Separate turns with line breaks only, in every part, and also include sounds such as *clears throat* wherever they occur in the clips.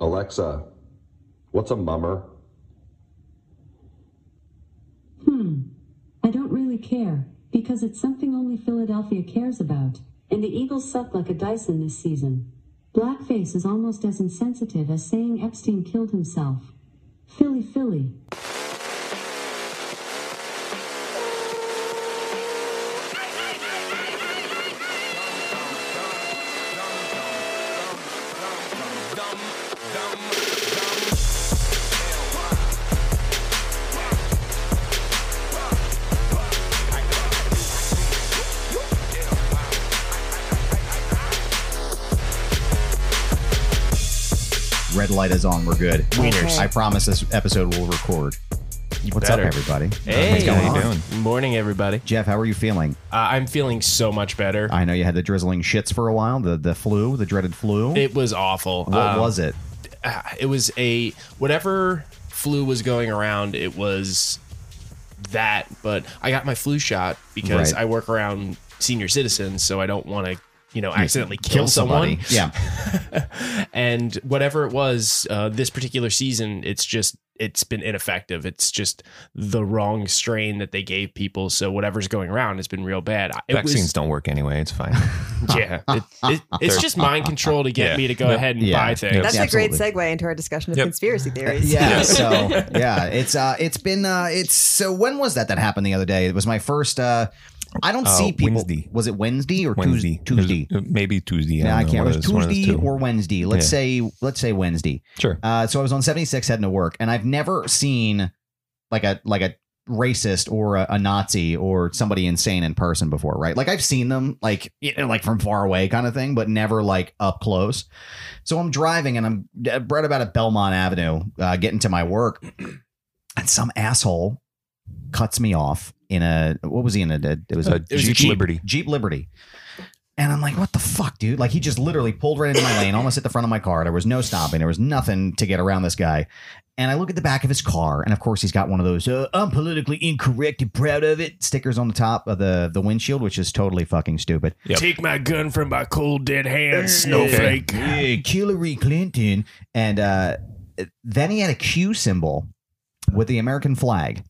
Alexa, what's a mummer?
Hmm. I don't really care, because it's something only Philadelphia cares about, and the Eagles suck like a Dyson this season. Blackface is almost as insensitive as saying Epstein killed himself. Philly, Philly.
Red light is on. We're good.
Wieners.
I promise this episode will record. What's
better.
up, everybody?
Hey,
going
how
on?
you doing? Morning, everybody.
Jeff, how are you feeling?
Uh, I'm feeling so much better.
I know you had the drizzling shits for a while, the the flu, the dreaded flu.
It was awful. Um,
what
um,
was it?
Ah, It was a whatever flu was going around. It was that, but I got my flu shot because
Right.
I work around senior citizens, so I don't want to, you know, accidentally kill,
somebody.
someone.
Yeah.
*laughs* and whatever it was uh, this particular season it's just it's been ineffective it's just the wrong strain that they gave people so whatever's going around has been real bad I- it
Vaccines
was,
don't work anyway. It's fine.
yeah it, it, it's just mind control to get
Yeah.
me to go
Yep.
ahead and
Yeah.
buy things
That's a
Absolutely.
great segue into our discussion of
Yep.
*laughs*
conspiracy theories.
*laughs*
Yeah. So yeah, it's uh, it's been uh, it's so when was that that happened the other day? It was my first. Uh, I don't
Uh,
see people.
Wednesday.
Was it Wednesday or Tues-
Wednesday,
Tuesday?
It was- uh, maybe Tuesday.
Yeah,
don't
I
know,
can't
one of
remember.
those- one of those
Tuesday
two.
or Wednesday. Let's
Yeah.
say let's say Wednesday.
sure.
Uh, so I was on 76 heading to work, and I've never seen like a like a racist or a, a Nazi or somebody insane in person before, right? Like I've seen them like you know, like from far away kind of thing, but never like up close. So I'm driving and I'm right about at Belmont Avenue, uh, getting to my work, *clears throat* and some asshole cuts me off in a what was he in a it was a
it was a Jeep. Liberty.
Jeep Liberty. And I'm like, what the fuck, dude? Like, he just literally pulled right into my lane, almost at the front of my car. There was no stopping. There was nothing to get around this guy. And I look at the back of his car, and of course, he's got one of those uh, "I'm politically incorrect and proud of it" stickers on the top of the the windshield, which is totally fucking stupid.
Yep.
take my gun from my cold dead hands
snowflake.
Yeah, Hillary Clinton. And uh, then he had a Q symbol with the American flag.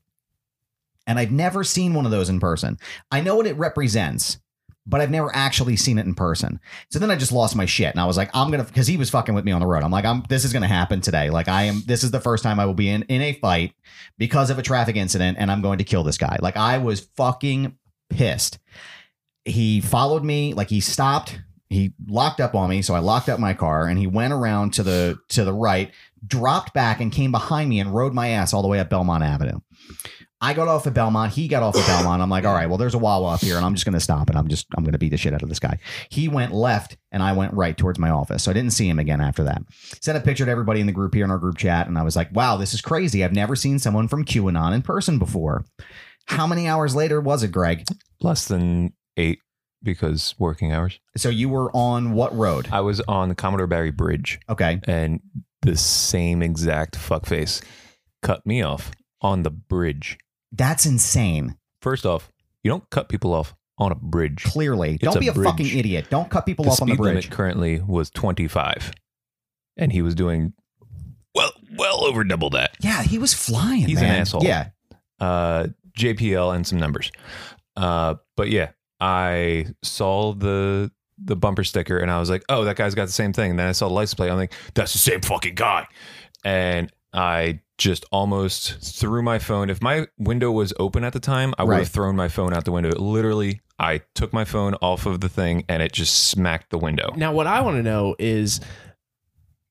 And I've never seen one of those in person. I know what it represents, but I've never actually seen it in person. So then I just lost my shit. And I was like, I'm going to, because he was fucking with me on the road. I'm like, I'm, this is going to happen today. Like, I am, this is the first time I will be in, in a fight because of a traffic incident and I'm going to kill this guy. Like, I was fucking pissed. He followed me, like, he stopped. He locked up on me, so I locked up my car, and he went around to the to the right, dropped back, and came behind me and rode my ass all the way up Belmont Avenue. I got off at Belmont. He got off at Belmont. I'm like, all right, well, there's a Wawa up here, and I'm just gonna stop, and I'm just I'm gonna beat the shit out of this guy. He went left, and I went right towards my office, so I didn't see him again after that. Sent a picture to everybody in the group here in our group chat, and I was like, wow, this is crazy. I've never seen someone from QAnon in person before. How many hours later was it, Greg?
Less than eight because working hours.
So you were on what road?
I was on the Commodore Barry Bridge
Okay.
and the same exact fuckface cut me off on the bridge.
That's insane.
First off, you don't cut people off on a bridge.
Clearly.
It's
Don't
a
be a
bridge.
fucking idiot. Don't cut people
the
off on the
speed
bridge.
limit currently was 25 and he was doing well well over double that
Yeah, he was flying.
He's an
man.
asshole.
Yeah.
uh jpl and some numbers uh but yeah i saw the the bumper sticker and i was like oh that guy's got the same thing and then i saw the license plate i'm like that's the same fucking guy and i just almost threw my phone if my window was open at the time i would
Right.
have thrown my phone out the window literally i took my phone off of the thing and it just smacked the window
now what i want to know is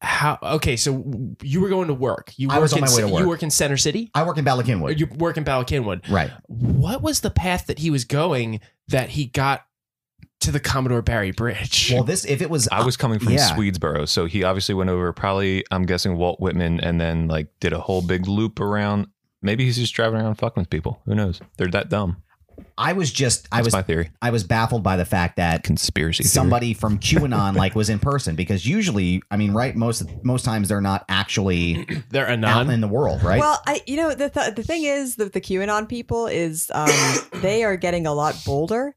how okay so you were going to work you
I was
work
on
in
my way
Ce-
to work.
you work in center city
I work in Ballackinwood.
you work in Ballackinwood
right.
what was the path that he was going that he got to the Commodore Barry Bridge?
Well, this if it was
I was coming from
yeah.
Swedesboro, so he obviously went over probably I'm guessing Walt Whitman and then like did a whole big loop around. Maybe he's just driving around fucking with people. Who knows? They're that dumb.
I was just I
That's
was
my theory.
I was baffled by the fact that
Conspiracy. theory.
somebody from QAnon like was in person because usually I mean right most most times they're not
*clears throat*
actually
*laughs* They're
out
anon.
in the world right
Well, I you know the th- the thing is that the QAnon people is um, they are getting a lot bolder,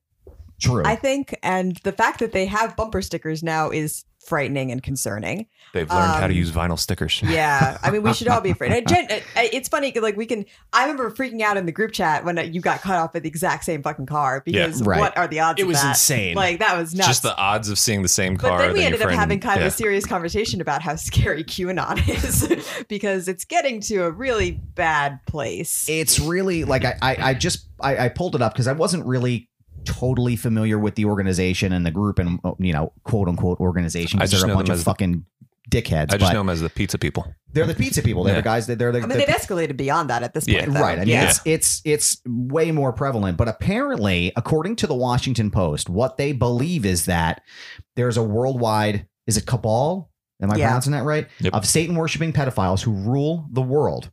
true
I think, and the fact that they have bumper stickers now is frightening and concerning.
They've learned how
um,
to use vinyl stickers.
Yeah, I mean, we should all be afraid. And Jen, I- I- it's funny 'cause, like we can. I remember freaking out in the group chat when uh, you got cut off at the exact same fucking car because
right.
what are the odds?
It
of
was
that?
insane.
Like that was nuts.
Just the odds of seeing the same car.
but then we
that your
ended up
friend-
having kind
yeah.
of a serious conversation about how scary *laughs* QAnon is *laughs* because it's getting to a really bad place.
it's really like I I, I just I, I pulled it up because I wasn't really totally familiar with the organization and the group and you know quote unquote organization
I
because
just
they're a
know
bunch
them
of
as-
fucking dickheads
I just
but
know him as the pizza people.
they're the pizza people they're
Yeah.
the guys that they're the,
I mean,
the-
they've escalated beyond that at this
Yeah.
point. though.
Right. I mean,
yeah.
it's it's it's way more prevalent. But apparently, according to the Washington Post, what they believe is that there's a worldwide is it cabal? Am I
Yeah.
pronouncing that right?
Yep.
Of Satan worshiping pedophiles who rule the world,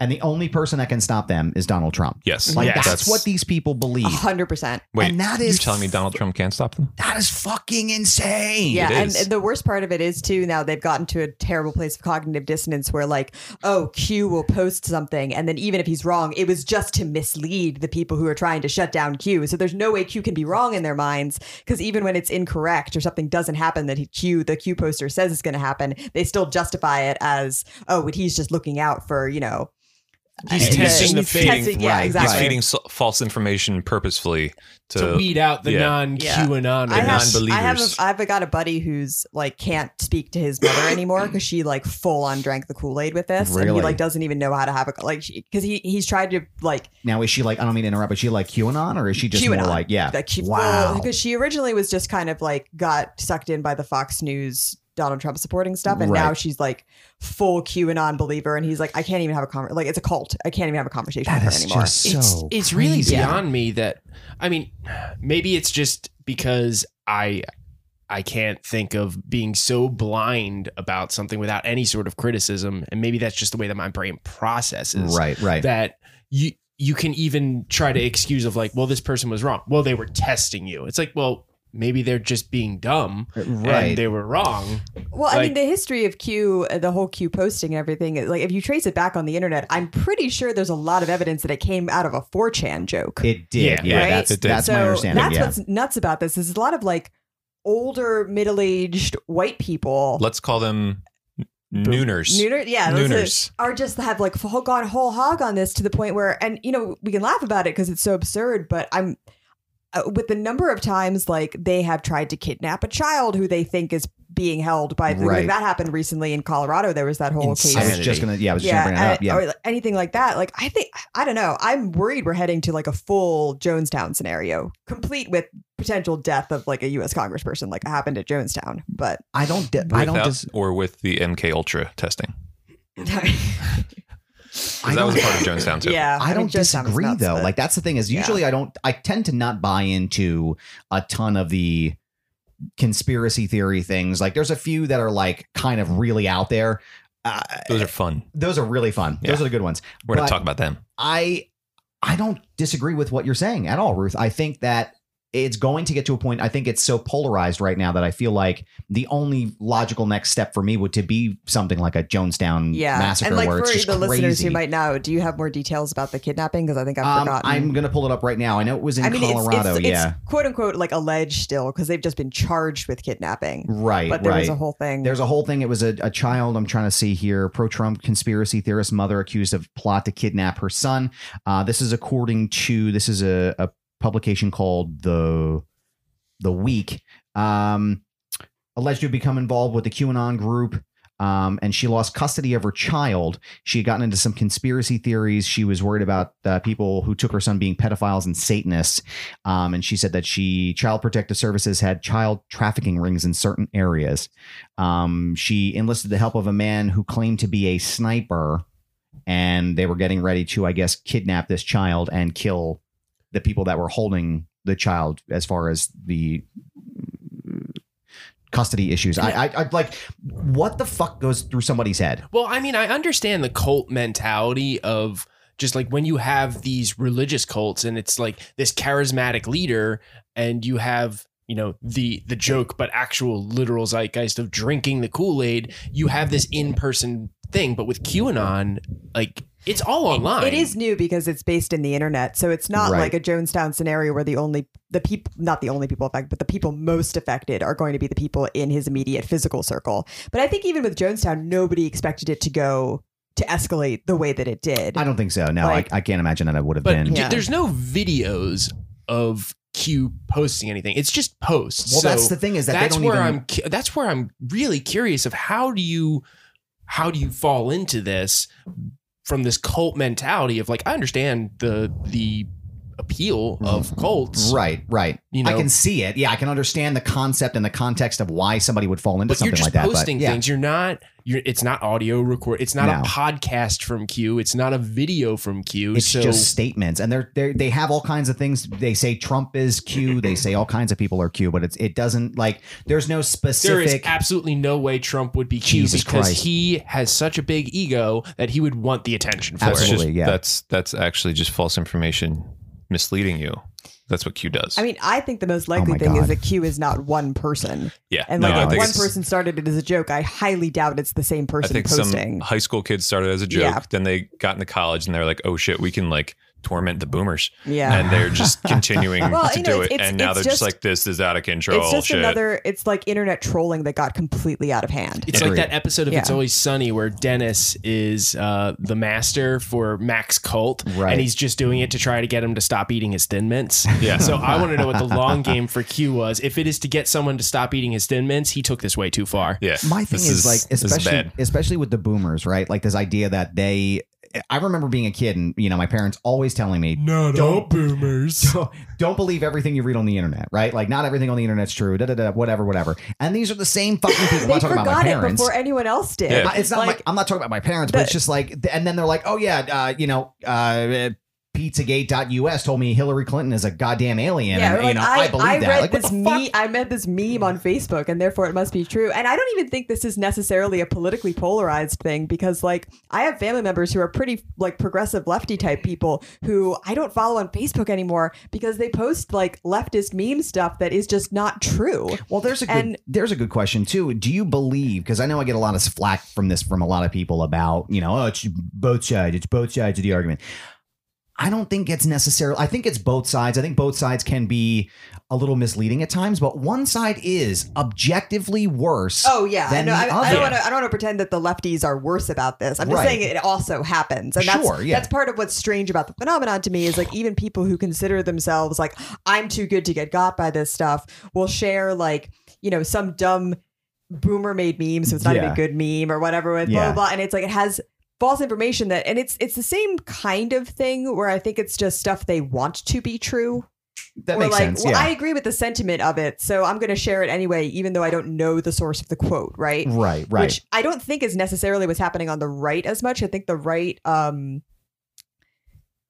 and the only person that can stop them is Donald Trump.
Yes.
Mm-hmm.
Like
Yes.
that's,
That's-
what these people believe.
hundred percent.
Wait,
and that
you're
is-
telling me Donald Trump can't stop them?
That is fucking insane.
Yeah, and
is.
the worst part of it is too. Now they've gotten to a terrible place of cognitive dissonance, where like, oh, Q will post something, and then even if he's wrong, it was just to mislead the people who are trying to shut down Q. So there's no way Q can be wrong in their minds, because even when it's incorrect or something doesn't happen that he, Q, the Q poster says is going to happen, they still justify it as, oh, but he's just looking out for you know.
He's
uh,
testing the
he's
faith.
testing- yeah,
Right,
exactly.
He's feeding s- false information purposefully to,
to weed out the
yeah.
non
Yeah.
QAnon.
I have,
non-believers.
I have, a, I've got a buddy who's like can't speak to
*coughs*
his mother anymore because she like full on drank the Kool Aid with this, and
Really?
he like doesn't even know how to have a like because he he's tried to like
Now is she like? I don't mean to interrupt, but is she like QAnon or is she just
QAnon.
more like yeah?
like she
Uh, wow.
because she originally was just kind of like got sucked in by the Fox News Donald Trump supporting stuff, and now
Right.
she's like full QAnon believer, and he's like I can't even have a conver- like it's a cult, I can't even have a conversation
That
with
is
her anymore.
just
it's
so.
it's really
crazy.
beyond me that I mean, maybe it's just because I I can't think of being so blind about something without any sort of criticism, and maybe that's just the way that my brain processes
right, right.
that you you can even try to excuse of like, well, this person was wrong. Well, they were testing you. It's like, well, maybe they're just being dumb
Right.
and they were wrong.
Well, I mean,
Like-
the history of Q, uh, the whole Q posting and everything, like if you trace it back on the internet, I'm pretty sure there's a lot of evidence that it came out of a 4chan joke.
It did.
Yeah,
Yeah,
right?
that's,
It did.
that's
so
my understanding.
that's
yeah.
what's nuts about this is a lot of like older, middle aged white people.
let's call them n- nooners.
Nooner, yeah, those are-
Nooners.
are just have like full gone whole hog on this to the point where, and you know, we can laugh about it because it's so absurd, but I'm uh, with the number of times like they have tried to kidnap a child who they think is being held by
Right.
like that happened recently in Colorado. There was that whole
I
case
was just gonna. Yeah, I was just gonna bring it
and-
up. Yeah.
or like, anything like that. Like, I think I don't know. I'm worried we're heading to like a full Jonestown scenario, complete with potential death of like a U.S. congressperson, like happened at Jonestown. But
I don't. di- I
Without
don't. Dis-
or with the MK Ultra testing.
*laughs* I
Because that was
don't-
part of Jonestown too.
*laughs* yeah,
I
mean,
don't
Jonestown was
disagree
nuts,
though.
but-
Like that's the thing is
Yeah.
usually I don't. I tend to not buy into a ton of the conspiracy theory things. Like there's a few that are like kind of really out there. Uh,
Those are fun.
those are really fun. Those
Yeah.
are the good ones.
We're going
But-
to talk about them.
I I don't disagree with what you're saying at all, Ruth. I think that it's going to get to a point. I think it's so polarized right now that I feel like the only logical next step for me would to be something like a Jonestown
yeah,
massacre,
and like
where
for
it's just
the listeners
crazy.
who might know, do you have more details about the kidnapping? Because I think I've
um,
forgotten.
I'm gonna pull it up right now. I know it was in
I mean, it's-
Colorado.
it's, it's,
yeah,
quote unquote like alleged still because they've just been charged with kidnapping,
right,
but there
right.
was a whole thing.
There's a whole thing. It was a, a child. I'm trying to see here. Pro Trump conspiracy theorist mother accused of plot to kidnap her son. Uh, this is according to this is a, a publication called the the Week. Um, alleged to have become involved with the QAnon group. Um, and she lost custody of her child. She had gotten into some conspiracy theories. She was worried about uh, people who took her son being pedophiles and Satanists. Um, and she said that she Child Protective Services had child trafficking rings in certain areas. Um, she enlisted the help of a man who claimed to be a sniper and they were getting ready to, I guess, kidnap this child and kill the people that were holding the child as far as the custody issues. I, I, I like what the fuck goes through somebody's head.
Well, I mean, I understand the cult mentality of just like when you have these religious cults and it's like this charismatic leader and you have you know the the joke but actual literal zeitgeist of drinking the kool-aid you have this in-person thing but with qanon like it's all online
It is new because it's based in the internet, so it's not
Right.
like a Jonestown scenario where the only the people not the only people affected, but the people most affected are going to be the people in his immediate physical circle. But I think even with Jonestown, nobody expected it to go to escalate the way that it did.
I don't think so. No,
Like-
I, I can't imagine that I would have
but
been.
d-
Yeah.
there's no videos of q posting anything it's just posts
Well,
So
that's the thing is that
that's
they don't
where
even.
I'm. cu- That's where I'm really curious of how do you, how do you fall into this from this cult mentality of like I understand the the appeal of cults,
Mm-hmm. Right, right.
You
I
know?
can see it. Yeah, I can understand the concept and the context of why somebody would fall into
But
something
you're just
like that.
posting
but, yeah.
things. You're not. You're. It's not audio record. It's not
No.
a podcast from Q. It's not a video from Q.
It's
so
just statements, and they're they they have all kinds of things. They say Trump is Q. They say all kinds of people are Q, but it's it doesn't like there's no
there is
specific.
absolutely no way Trump would be Q
Jesus
because
Christ.
he has such a big ego that he would want the attention for
That's
Absolutely.
it.
just-
yeah.
That's that's actually just false information misleading you. That's what Q does.
I mean, I think the most likely
my
thing
God.
is that Q is not one person.
yeah.
And
No,
like
I
if
think
one
it's-
person started it as a joke, I highly doubt it's the same
I
person
think some
posting.
high school kids started as a joke,
Yeah.
then they got into college and they're like, "Oh shit, we can like torment the boomers,"
yeah.
and
*laughs*
they're just continuing
Well,
to
you know,
do
it's-
it.
it's-
and now
it's
they're just,
just-
like, "This is out of control."
it's just
shit.
another it's like internet trolling that got completely out of hand.
It's
Agreed.
like that episode of It's
Yeah.
Always Sunny where Dennis is uh, the master for Max Colt,
Right.
and he's just doing it to try to get him to stop eating his Thin Mints.
Yeah.
So I want to know what the long game for Q was. If it is to get someone to stop eating his Thin Mints, he took this way too far.
yeah.
My thing
This
is, like
this is
especially
bad.
especially with the boomers, right? Like this idea that they. I remember being a kid, and you know, my parents always telling me,
Not
all *laughs*
boomers.
don't, don't believe everything you read on the internet, right? Like not everything on the internet's true. Da, da, da, whatever, whatever. And these are the same fucking people. I'm
they
not talking
forgot
about my
it
parents.
before anyone else did.
Yeah.
I- it's not.
Like-
my, I'm not talking about my parents, but it's just like. And then they're like, oh yeah, uh, you know. Uh, Pizzagate.us told me Hillary Clinton is a goddamn alien.
Yeah,
and,
like,
you know,
I,
I, believe
I
that.
read
like, what
this
the fuck?
meme. I met this meme on Facebook, and therefore it must be true. And I don't even think this is necessarily a politically polarized thing because, like, I have family members who are pretty like progressive lefty type people who I don't follow on Facebook anymore because they post like leftist meme stuff that is just not true.
Well, there's a good
And-
there's a good question too. Do you believe? Because I know I get a lot of flack from this from a lot of people about you know oh it's both sides it's both sides of the argument. I don't think it's necessary. I think it's both sides. I think both sides can be a little misleading at times, but one side is objectively worse.
Oh yeah,
than
no,
the
I, I
other.
don't want to. I don't want to pretend that the lefties are worse about this. I'm just
Right.
saying it also happens, and
Sure,
that's
yeah.
that's part of what's strange about the phenomenon to me is like even people who consider themselves like I'm too good to get got by this stuff will share like you know some dumb boomer made meme, so it's not even
Yeah.
a good meme or whatever with blah
Yeah.
blah blah, and it's like it has false information that and it's it's the same kind of thing where i think it's just stuff they want to be true
that
or
makes
like,
sense.
well,
yeah.
I agree with the sentiment of it, so I'm going to share it anyway, even though I don't know the source of the quote, right?
right. Right.
Which I don't think is necessarily what's happening on the right as much. I think the right, um,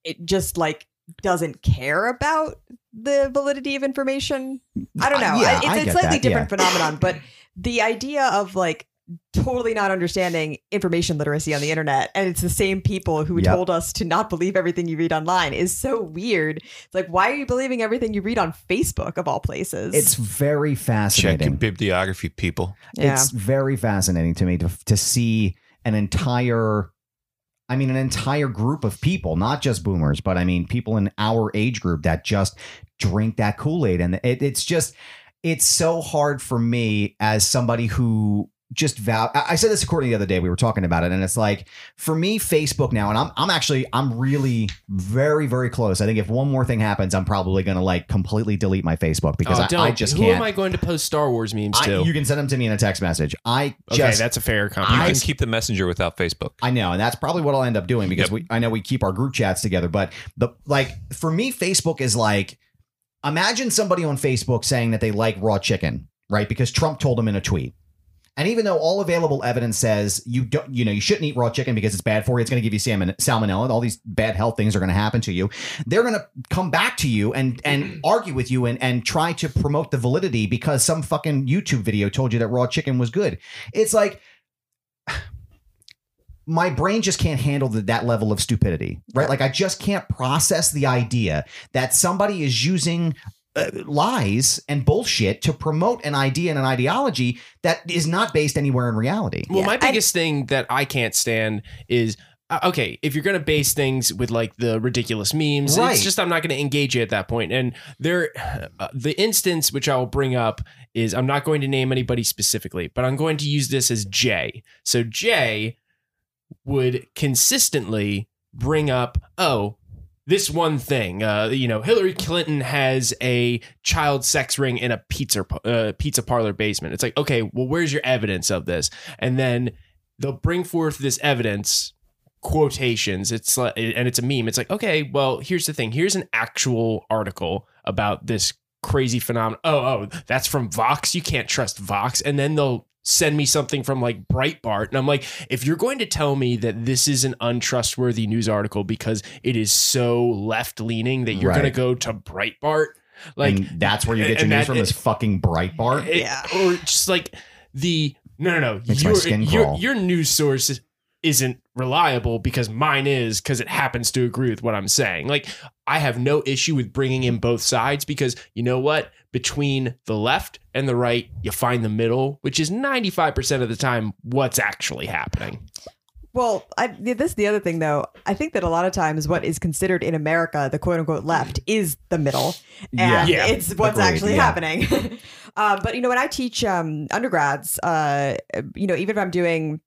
it just like doesn't care about the validity of information. I don't
Uh,
know. I-
yeah,
it's
I
a
get
slightly
that,
different phenomenon, but the idea of like totally not understanding information literacy on the internet and it's the same people who
Yep.
told us to not believe everything you read online is so weird. It's like why are you believing everything you read on Facebook of all places?
it's very
Check your
fascinating.
bibliography, people.
yeah.
It's very fascinating to me to, to see an entire, I mean, an entire group of people, not just boomers, but I mean, people in our age group that just drink that Kool Aid. And it, it's just, it's so hard for me as somebody who just vow. I I said this to Courtney the other day. We were talking about it, and it's like for me, Facebook now, and I'm I'm actually I'm really very very close. I think if one more thing happens, I'm probably gonna like completely delete my Facebook because
Oh,
I-
don't.
I, just
Who
can't.
am I going to post Star Wars memes
I-
to?
you can send them to me in a text message. I
okay,
just
that's a fair
You
comment.
I-
can keep the messenger without Facebook.
I know, and that's probably what I'll end up doing because
Yep.
we I know we keep our group chats together, but the like for me, Facebook is like imagine somebody on Facebook saying that they like raw chicken, right? Because Trump told them in a tweet. And even though all available evidence says you don't, you know, you shouldn't eat raw chicken because it's bad for you, it's going to give you salmon, salmonella, and all these bad health things are going to happen to you. They're going to come back to you and and argue with you and and try to promote the validity because some fucking YouTube video told you that raw chicken was good. It's like my brain just can't handle the, that level of stupidity, right? Like I just can't process the idea that somebody is using uh, lies and bullshit to promote an idea and an ideology that is not based anywhere in reality.
Well,
Yeah,
my
I-
biggest thing that I can't stand is uh, okay, if you're going to base things with like the ridiculous memes,
Right.
it's just I'm not going to engage you at that point. And there, uh, the instance which I will bring up is I'm not going to name anybody specifically, but I'm going to use this as Jay. So Jay would consistently bring up, oh, this one thing, uh, you know, Hillary Clinton has a child sex ring in a pizza uh, pizza parlor basement. It's like, okay, well, where's your evidence of this? And then they'll bring forth this evidence quotations. It's like, and it's a meme. It's like, okay, well, here's the thing. Here's an actual article about this crazy phenomenon. Oh, oh, that's from Vox. You can't trust Vox. And then they'll send me something from like Breitbart. And I'm like, if you're going to tell me that this is an untrustworthy news article because it is so left leaning that you're
Right.
going to go to Breitbart, like
and that's where you get your
and
news
that-
from is fucking Breitbart.
it-
Yeah.
or just like the no, no, no.
Makes my
your,
skin
your,
crawl.
your news source is- isn't reliable because mine is because it happens to agree with what I'm saying. Like I have no issue with bringing in both sides because you know what? Between the left and the right, you find the middle, which is 95% of the time what's actually happening.
Well, I, this is the other thing, though. I think that a lot of times what is considered in America the quote unquote left is the middle. And
Yeah. Yeah.
it's what's
Agreed,
actually
yeah.
happening. *laughs* um, but, you know, when I teach um, undergrads, uh, you know, even if I'm doing,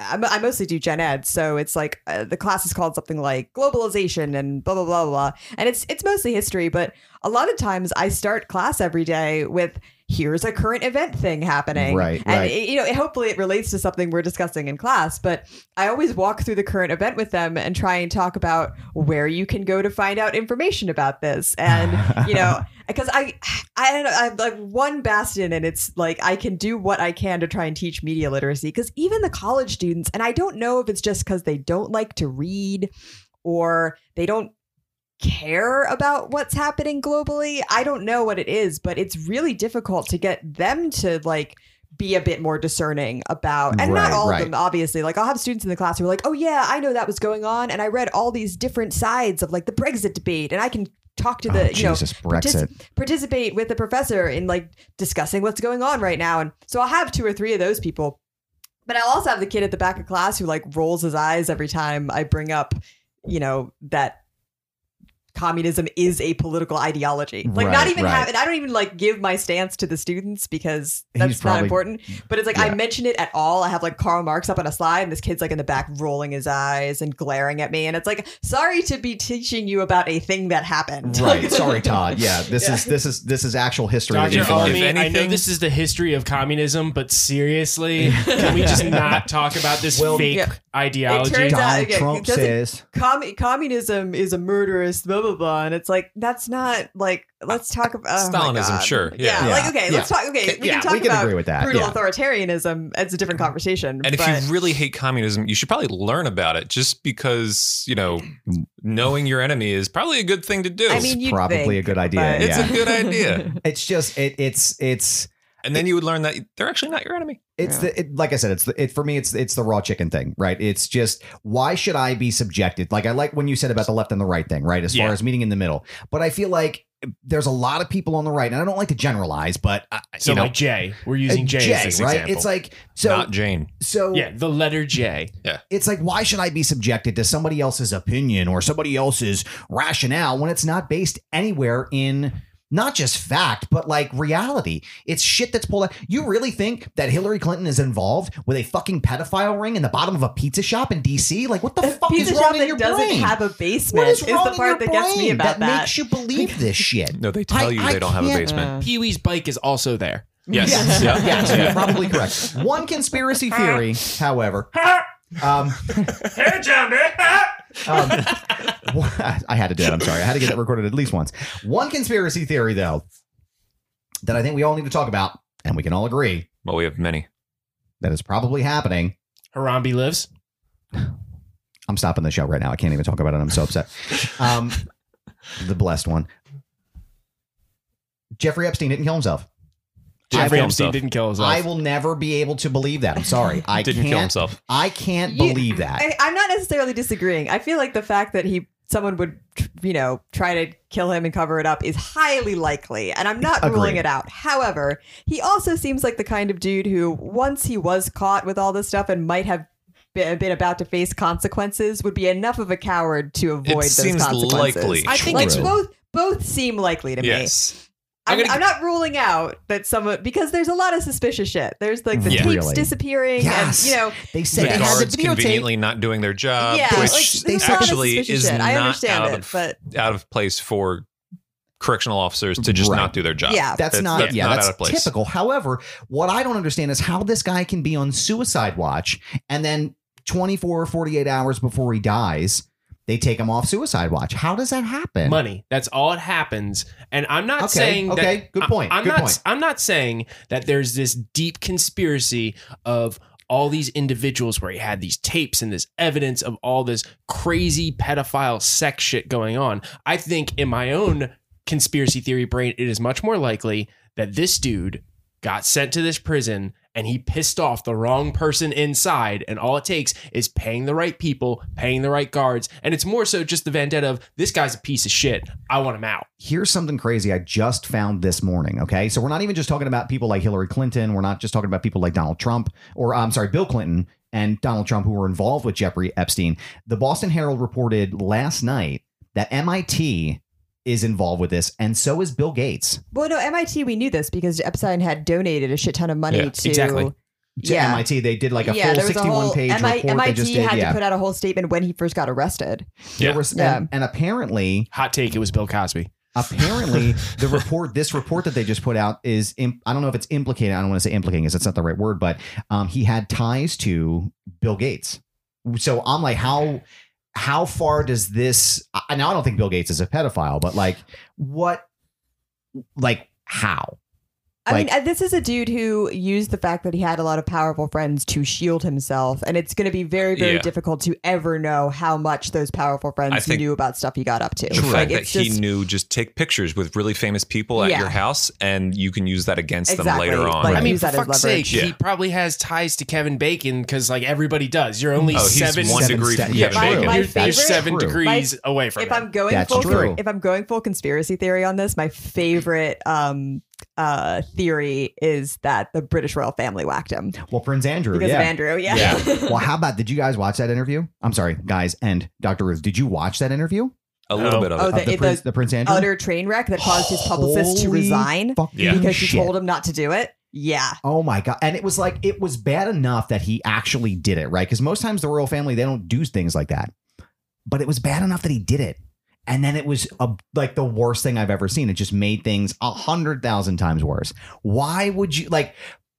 I, mo- I mostly do gen ed. So it's like uh, the class is called something like globalization and blah, blah, blah, blah. And it's, it's mostly history. But a lot of times I start class every day with, here's a current event thing happening.
Right,
And
right.
it- you know, hopefully it relates to something we're discussing in class, but I always walk through the current event with them and try and talk about where you can go to find out information about this.
*laughs*
And, you know, because I, I don't know, I'm like one bastion and it's like I can do what I can to try and teach media literacy because even the college students, and I don't know if it's just because they don't like to read or they don't care about what's happening globally. I don't know what it is, but it's really difficult to get them to like be a bit more discerning about and
Right,
not all
right.
of them obviously like i'll have students in the class who are like oh yeah i know that was going on and i read all these different sides of like the brexit debate and i can talk to the
Oh,
you know
Jesus,
partic- *laughs*
Brexit.
participate with the professor in like discussing what's going on right now and so i'll have two or three of those people but i'll also have the kid at the back of class who like rolls his eyes every time i bring up you know that communism is a political ideology like not
Right,
even
right.
have and i don't even like give my stance to the students because
He's
that's not
probably-
important but it's like
Yeah.
i mention it at all i have like karl marx up on a slide and this kid's like in the back rolling his eyes and glaring at me and it's like sorry to be teaching you about a thing that happened
Right.
*laughs* Like-
Sorry, Todd. Yeah, this
Yeah.
is this is this is actual history. that
Dr.
you can learn.
Army,
Army,
if
I know
anything-
this is the history of communism, but seriously, can we
*laughs*
just not talk about this
Well,
fake
yeah.
ideology?
It turns out-
Donald
okay,
Trump
doesn't-
says
Com- communism is a murderous blah blah blah and it's like that's not like let's talk about oh my
Stalinism,
God.
sure,
yeah,
yeah.
like okay let's talk okay we
yeah,
can talk
we can
about
agree with that,
brutal
yeah.
authoritarianism it's a different conversation
And
but
if you really hate communism, you should probably learn about it just because, you know, knowing your enemy is probably a good thing to do.
I mean, you'd
probably
think,
a good idea.
but-
it's
yeah,
a good
*laughs*
idea.
it's just it, it's it's
And then you would learn that they're actually not your enemy.
It's the it, like I said. It's the, it for me. It's it's the raw chicken thing, right? It's just why should I be subjected? Like I like when you said about the left and the right thing, right? As
Yeah.
far as meeting in the middle, but I feel like there's a lot of people on the right, and I don't like to generalize, but uh,
so,
you know,
like Jay, we're using Jay, as this
right?
example.
It's like so
not Jane.
so
yeah, the letter J.
it's like why should I be subjected to somebody else's opinion or somebody else's rationale when it's not based anywhere in not just fact but like reality it's shit that's pulled out you really think that hillary clinton is involved with a fucking pedophile ring in the bottom of a pizza shop in dc like what the fuck
pizza
is wrong
shop
in your
that doesn't
brain
have a
what
basement
is
is,
wrong
the part
in
that
your
gets me
brain
about
that
that,
makes you believe this shit
No, they tell
I-
you
I
they don't have a
can't-
basement.
uh,
Pee Wee's bike is also there.
yes.
Yeah.
Yeah.
Yes, you're
Yeah.
probably correct. One conspiracy theory, however. Um, um, I had to do it. I'm sorry. I had to get that recorded at least once. One conspiracy theory, though, that I think we all need to talk about, and we can all agree
Well, we have many.
that is probably happening.
Harambe lives.
I'm stopping the show right now. I can't even talk about it. I'm so upset. Um, the blessed one. Jeffrey Epstein didn't kill himself.
Jeffrey
kill
Epstein
himself.
didn't kill himself.
I will never be able to believe that. I'm sorry. I
Didn't
can't,
kill himself.
I can't
You-
believe that.
I, I'm not necessarily disagreeing. I feel like the fact that he someone would you know try to kill him and cover it up is highly likely and i'm not ruling
Agreed.
it out however he also seems like the kind of dude who once he was caught with all this stuff and might have been, been about to face consequences would be enough of a coward to avoid
It
those
seems
consequences
likely.
I think
like
it's-
both both seem likely to me
Yes.
I'm,
I'm gonna-
I'm not ruling out that someone because there's a lot of suspicious shit. There's like the
Yeah.
Mm-hmm.
tapes
Really.
disappearing,
Yes.
and you know,
they said
The
they had
guards
the videotape.
conveniently not doing their job,
yeah,
Um, which
like, there's a lot of
actually
suspicious
is
shit. I
not
understand
out
it,
of
but
out of place for correctional officers to just
Right.
not do their job.
yeah,
That's
That's-
not
that's
yeah,
not
that's
out of place.
typical. However, what I don't understand is how this guy can be on suicide watch and then 24 or 48 hours before he dies, they take him off suicide watch. How does that happen?
money. That's all it happens. And I'm not
Okay,
saying
okay,
that,
good point,
I, am
good
not
point.
I'm not saying that there's this deep conspiracy of all these individuals where he had these tapes and this evidence of all this crazy pedophile sex shit going on. I think in my own conspiracy theory brain, it is much more likely that this dude got sent to this prison and he pissed off the wrong person inside and all it takes is paying the right people paying the right guards and it's more so just the vendetta of this guy's a piece of shit i want him out
Here's something crazy I just found this morning. Okay. So we're not even just talking about people like Hillary Clinton. We're not just talking about people like Donald Trump or I'm sorry, Bill Clinton and Donald Trump who were involved with Jeffrey Epstein. The Boston Herald reported last night that MIT is involved with this, and so is Bill Gates.
Well, no, MIT, we knew this because Epstein had donated a shit ton of money
Yeah,
to
exactly.
to
yeah.
MIT. They did like a
yeah,
full
there was a
61
whole
page
MI-
report
MIT
they just did.
had
Yeah.
to put out a whole statement when he first got arrested.
There
Yeah.
was,
Yeah.
and, and apparently,
hot take it was bill cosby
*laughs*
apparently, the report, this report that they just put out is, im- I don't know if it's implicating. I don't want to say implicating because that's not the right word, but um, he had ties to Bill Gates. So I'm like, how, how far does this? I, now I don't think Bill Gates is a pedophile, but like, what, like how?
I
Like-
mean, uh, this is a dude who used the fact that he had a lot of powerful friends to shield himself, and it's going to be very, very
Yeah.
difficult to ever know how much those powerful
I
friends
think
knew about stuff he got up to.
The fact that
it's
he
just-
knew just take pictures with really famous people at
Yeah.
your house and you can use that against
Exactly.
them later on.
Like,
i mean
Use
for
that as
fuck's
leverage.
sake
Yeah.
he probably has ties to kevin bacon because like everybody does you're only
Oh,
seven
he's one
seven
degree
step-
from
yeah,
Kevin
my-
Bacon.
my
you're, you're
favorite-
seven
True.
degrees away from
if
it.
I'm going
That's
full
true.
if I'm going full conspiracy theory on this, my favorite um uh theory is that the British royal family whacked him
Well, Prince Andrew,
because
yeah.
of Andrew. Yeah. *laughs*
well, how about did you guys watch that interview? I'm sorry, guys, and Dr. Ruth, did you watch that interview?
A little
Oh.
bit of
Oh,
it.
Of
the-
the,
it-
Prince,
the
the Prince Andrew
Utter train wreck that caused his publicist to
Holy
resign
fucking
Yeah.
because
shit.
you told him not to do it. Yeah.
Oh my god! And it was like it was bad enough that he actually did it, right? Because most times the royal family they don't do things like that, but it was bad enough that he did it, and then it was a, like the worst thing I've ever seen. It just made things a hundred thousand times worse. Why would you like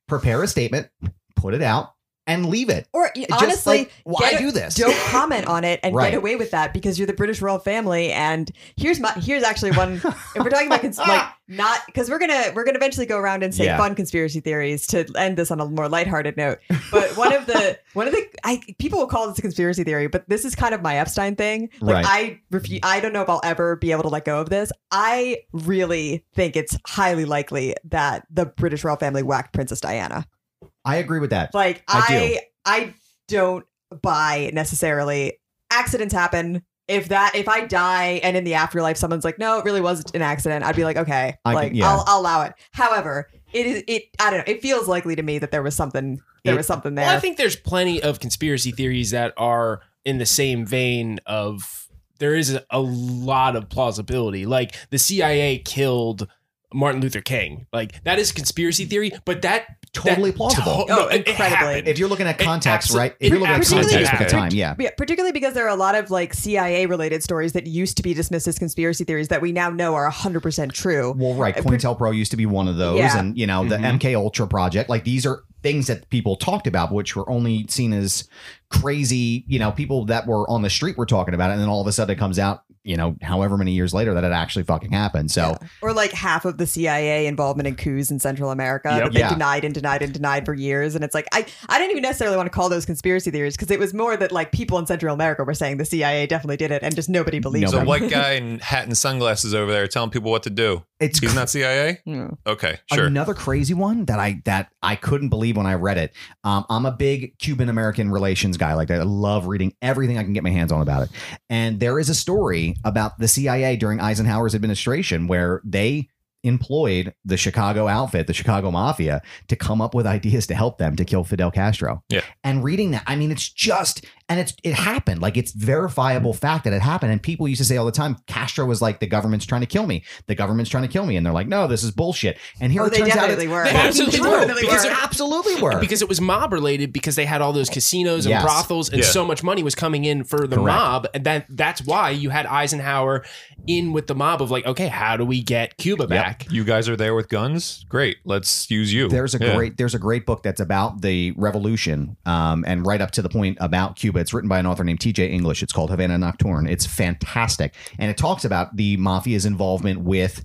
prepare a statement, put it out, and leave it?
Or
It just,
honestly,
like, why
get-
do this?
Don't comment on it and
Right.
get away with that because you're the British royal family. And here's my here's actually one. if we're talking about cons- like not because we're gonna we're gonna eventually go around and say
Yeah.
fun conspiracy theories to end this on a more lighthearted note. But one
*laughs*
of the one of the I people will call this a conspiracy theory, but this is kind of my Epstein thing. Like
Right.
I refuse. I don't know if I'll ever be able to let go of this. I really think it's highly likely that the British royal family whacked Princess Diana.
*laughs* I agree with that.
Like
I do.
I I, don't buy necessarily accidents happen. If that if I die and in the afterlife someone's like, no, it really was an accident, I'd be like, okay,
I can-
like
yeah.
I'll, I'll allow it. However, it is it I don't know. It feels likely to me that there was something there
It-
was something there.
Well, I think there's plenty of conspiracy theories that are in the same vein of there is a lot of plausibility. Like the CIA killed Martin Luther King. Like that is a conspiracy theory, but that
Totally
that
plausible.
to- no,
Oh,
it- it
incredibly.
happened.
If you're looking at
It
context,
abso-
right? If you're looking at
absolutely
context at the
happened.
time, yeah.
yeah, particularly because there are a lot of like CIA related stories that used to be dismissed as conspiracy theories that we now know are 100% true.
Well, right. COINTELPRO used to be one of those,
Yeah.
and you know the MK Ultra project. Like these are things that people talked about, which were only seen as crazy. You know, people that were on the street were talking about it, and then all of a sudden it comes out you know, however many years later that it actually fucking happened. So
Or like half of the CIA involvement in coups in Central America
Yep.
that they
Yeah.
denied and denied and denied for years. And it's like I, I didn't even necessarily want to call those conspiracy theories because it was more that like people in Central America were saying the CIA definitely did it and just nobody believes
So
Nobody.
them.
white
*laughs*
guy in hat and sunglasses over there telling people what to do.
it's
He's not CIA.
Hmm.
Okay, sure.
Another crazy one that I that I couldn't believe when I read it. Um, I'm a big Cuban American relations guy. Like that. I love reading everything I can get my hands on about it. And there is a story about the CIA during Eisenhower's administration where they employed the Chicago outfit, the Chicago Mafia, to come up with ideas to help them to kill Fidel Castro.
Yeah.
And reading that, I mean, it's just and it's it happened. Like it's verifiable fact that it happened. And people used to say all the time, Castro was like, the government's trying to kill me. The government's trying to kill me. And they're like, no, this is bullshit. And here
Oh,
it
they
turns out
definitely
it's *laughs*
were.
They
fucking
absolutely
true.
were,
Because
because
they
they're-
absolutely were.
because it was mob related because they had all those casinos and
Yes.
brothels and
Yeah.
so much money was coming in for the
Correct.
mob and that that's why you had Eisenhower in with the mob of like okay how do we get Cuba back
You guys are there with guns. Great. Let's use you.
There's a
Yeah.
great there's a great book that's about the revolution um, and right up to the point about Cuba. It's written by an author named T.J. English. It's called Havana Nocturne. It's fantastic, and it talks about the mafia's involvement with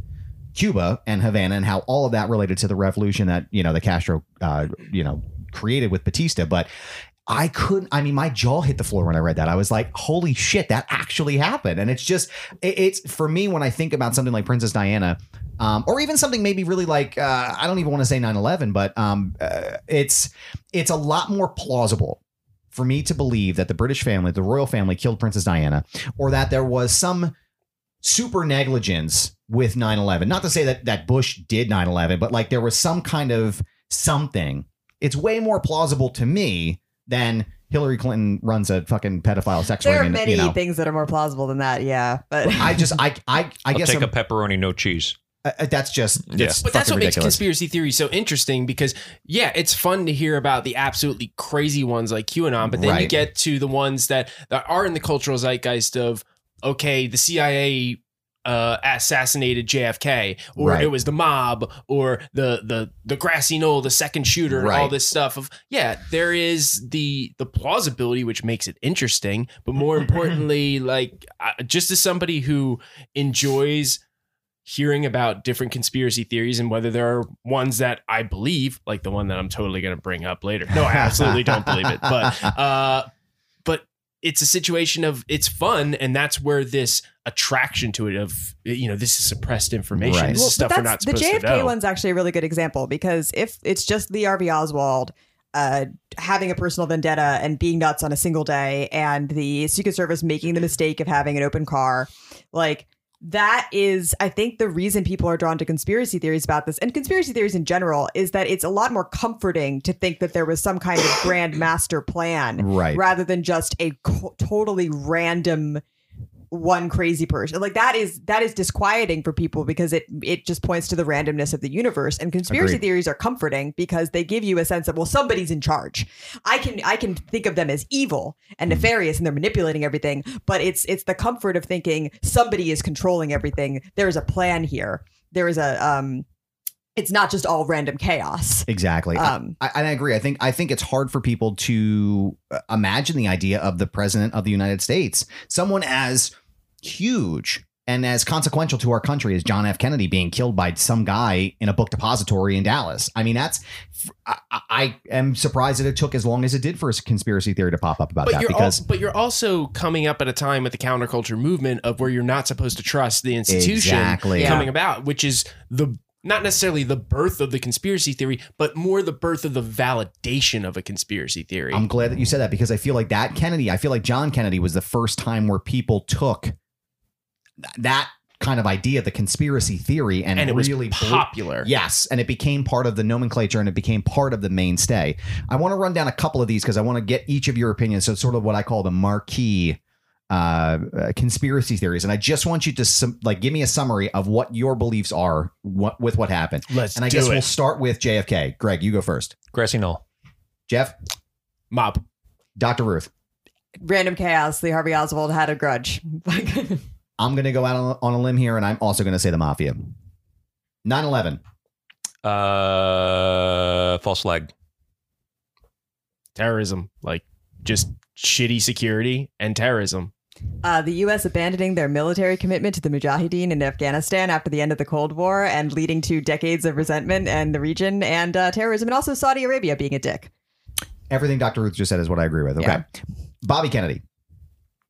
Cuba and Havana and how all of that related to the revolution that you know the Castro uh, you know created with Batista, but. I couldn't. I mean, my jaw hit the floor when I read that. I was like, "Holy shit, that actually happened!" And it's just, it, it's for me when I think about something like Princess Diana, um, or even something maybe really like uh, I don't even want to say 9/11, but um, uh, it's it's a lot more plausible for me to believe that the British family, the royal family, killed Princess Diana, or that there was some super negligence with 9/11. Not to say that that Bush did 9/11, but like there was some kind of something. It's way more plausible to me than Hillary Clinton runs a fucking pedophile sex
There are
ring. and,
many
you know.
things that are more plausible than that, yeah.
*laughs*
But
I just I I I
I'll
guess
take
I'm-
a pepperoni, no cheese.
uh, uh, that's just
Yeah.
it's
but that's
fucking
what makes
ridiculous.
conspiracy theory so interesting because yeah it's fun to hear about the absolutely crazy ones like QAnon but then you
Right.
get to the ones that, that are in the cultural zeitgeist of okay the CIA uh, assassinated JFK, or
Right.
it was the mob, or the the the grassy knoll, the second shooter, and all
Right.
this stuff. Of yeah, there is the the plausibility which makes it interesting,
*laughs*
but more importantly, like I, just as somebody who enjoys hearing about different conspiracy theories and whether there are ones that I believe, like the one that I'm totally going to bring up later. No, I absolutely don't believe it,
*laughs*
but uh, but it's a situation of it's fun and that's where this attraction to it of you know this is suppressed information
Right.
this
Well,
is
but
stuff we're not
that's-
supposed
the JFK
to know
one's actually a really good example because if it's just Lee Harvey Oswald uh, having a personal vendetta and being nuts on a single day, and the Secret Service making the mistake of having an open car, like that is, I think, the reason people are drawn to conspiracy theories about this and conspiracy theories in general is that it's a lot more comforting to think that there was some kind of grand master plan
Right.
rather than just a co- totally random one crazy person like that is that is disquieting for people because it it just points to the randomness of the universe and conspiracy
Agreed.
theories are comforting because they give you a sense of well somebody's in charge i can i can think of them as evil
Hmm.
and nefarious and they're manipulating everything but it's it's the comfort of thinking somebody is controlling everything there is a plan here there is a um it's not just all random chaos
Exactly. I-
um
I, and I agree. I think I think it's hard for people to uh, imagine the idea of the president of the United States, someone as huge and as consequential to our country as John F. Kennedy being killed by some guy in a book depository in Dallas. I mean, that's I, I- I am surprised that it took as long as it did for a conspiracy theory to pop up about
but
that
you're
because
also, but you're also coming up at a time with the counterculture movement of where you're not supposed to trust the institution
exactly.
coming about which is the not necessarily the birth of the conspiracy theory but more the birth of the validation of a conspiracy theory
I'm glad that you said that because I feel like that Kennedy, I feel like John Kennedy was the first time where people took th- that kind of idea, the conspiracy theory, and,
and it was
really bel-
popular
Yes, and it became part of the nomenclature and it became part of the mainstay. I want to run down a couple of these because I want to get each of your opinions. So it's sort of what I call the marquee uh, uh, conspiracy theories, and I just want you to sum like give me a summary of what your beliefs are what, with what happened.
let's
And I
do
guess
it
we'll start with JFK. Greg, you go first.
Grassy knoll.
Jeff,
mob
Dr. Ruth.
random chaos lee harvey oswald had a grudge *laughs*
I'm going to go out on, on a limb here, and I'm also going to say the mafia. 9 11,
Uh, false flag.
terrorism like just shitty security and terrorism
Uh, the U.S. abandoning their military commitment to the Mujahideen in Afghanistan after the end of the Cold War and leading to decades of resentment and the region and uh, terrorism, and also Saudi Arabia being a dick.
Everything Dr. Ruth just said is what I agree with. Okay.
Yeah.
Bobby Kennedy.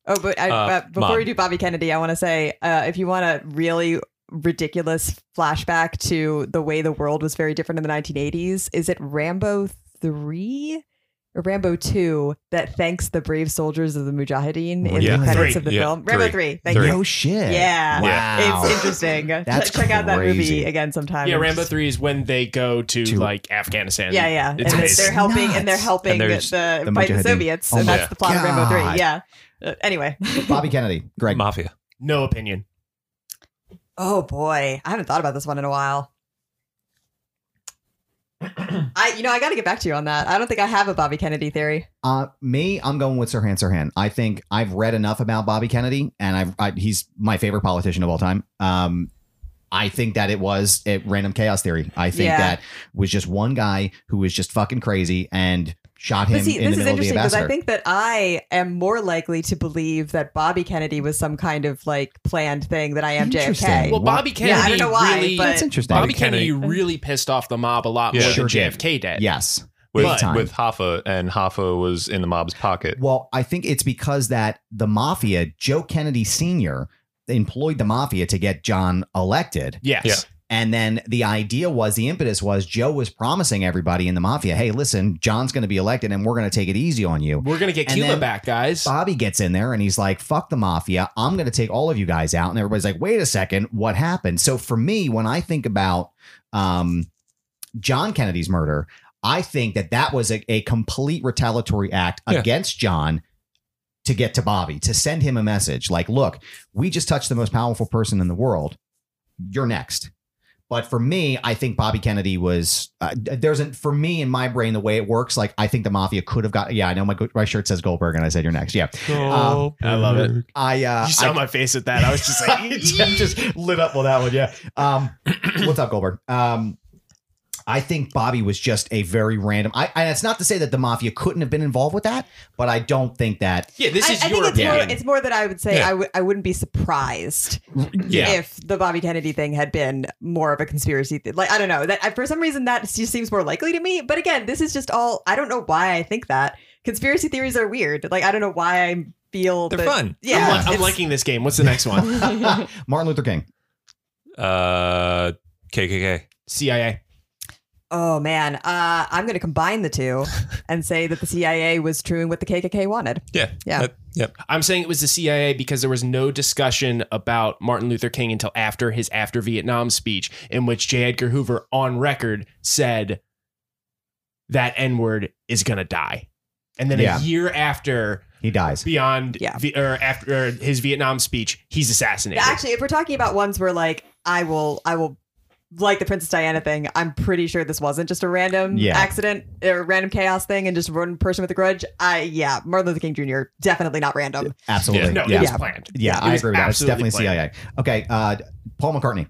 Oh, but I,
Uh,
uh, before
Mom.
we do Bobby Kennedy, I want to say uh, if you want a really ridiculous flashback to the way the world was very different in the 1980s, is it Rambo 3 or Rambo 2 that thanks the brave soldiers of the Mujahideen in
Yeah.
the credits of the
Three. Oh, Yeah.
film? Rambo
Three.
3. Thank
Three.
No
you.
Oh, shit.
Yeah.
Wow.
It's interesting.
That's
Check out that
crazy.
movie again sometime.
Yeah,
It's
Rambo
just-
three is when they go to,
To-
like Afghanistan.
Yeah, yeah.
It's
and
amazing.
they're helping and they're
nuts.
helping
And there's
the,
the
fight the
Mujahideen.
Soviets.
Oh
and
my
that's the plot of Rambo 3.
God.
Yeah. Uh, anyway.
Bobby Kennedy. Greg.
Mafia.
No opinion.
Oh boy, I haven't thought about this one in a *clears throat* while. I, you know, I got to get back to you on that. I don't think I have a Bobby Kennedy theory.
Uh, me, I'm going with Sirhan Sirhan. I think I've read enough about Bobby Kennedy, and I've I, he's my favorite politician of all time. Um, I think that it was a random chaos theory. I think
Yeah.
that was just one guy who was just fucking crazy and shot him
But see,
in the
this is
middle of the
interesting because
ambassador.
I think that I am more likely to believe that Bobby Kennedy was some kind of like planned thing than I am
Interesting.
JFK.
Well,
What?
Bobby Kennedy.
I don't know why,
really,
but-
that's interesting.
Bobby
Bobby
*laughs*
Kennedy-
Kennedy really pissed off the mob a lot
Yeah.
more
Sure
than
did.
JFK did.
yes. Big
With,
time.
with Hoffa, and Hoffa was in the mob's pocket.
Well, I think it's because that the mafia, Joe Kennedy Sr., employed the mafia to get John elected.
Yes.
Yeah.
And then the idea was the impetus was Joe was promising everybody in the mafia, hey, listen, John's going to be elected and we're going to take it easy on you.
We're gonna get
And
Cuba
then-
back, guys.
Bobby gets in there and he's like, fuck the mafia. I'm going to take all of you guys out. And everybody's like, wait a second, what happened? So for me, when I think about um, John Kennedy's murder, I think that that was a, a complete retaliatory act
Yeah.
against John to get to Bobby, to send him a message like, look, we just touched the most powerful person in the world. You're next. But for me, I think Bobby Kennedy was uh, there's an for me in my brain the way it works. Like I think the mafia could have got yeah. I know my my shirt says Goldberg and I said you're next. Yeah, Um,
I love it.
I uh,
Oh. you saw my face at that. I was just
*laughs*
like, *laughs*
I just lit up with that one. Yeah. Um, *clears throat* what's up, Goldberg? Um, I think Bobby was just a very random. I and it's not to say that the mafia couldn't have been involved with that, but I don't think
*laughs*
that. *laughs*
yeah, this
I,
is
I
your
think it's more,
opinion.
it's more that I would say
Yeah.
I w- I wouldn't be surprised
yeah.
if the Bobby Kennedy thing had been more of a conspiracy. Th- like I don't know that I, for some reason that just seems more likely to me. But again, this is just all I don't know why I think that conspiracy theories are weird. Like I don't know why I feel
They're
that-
fun.
Yeah,
I'm, li- I'm
it's-
liking this game. What's the next one?
*laughs*
Martin Luther King.
Uh, KKK.
CIA.
Oh man, uh, I'm going to combine the
*laughs*
two and say that the CIA was doing what the KKK wanted.
Yeah.
Yeah.
That- yep.
I'm saying it was the CIA because there was no discussion about Martin Luther King until after his after Vietnam speech, in which J. Edgar Hoover on record said that N word is gonna die. And then
Yeah.
a year after
He dies.
beyond
Yeah.
Vi- or after or his Vietnam speech, he's assassinated.
Actually, if we're talking about ones where like I will, I will like the Princess Diana thing. I'm pretty sure this wasn't just a random
Yeah.
accident or random chaos thing and just one person with a grudge. I yeah, Martin Luther King Jr. definitely not random.
Absolutely.
no,
yeah.
it was
yeah.
Yeah.
planned. it
I
was
agree with that. It's
absolutely
definitely CIA. Okay, uh, Paul McCartney.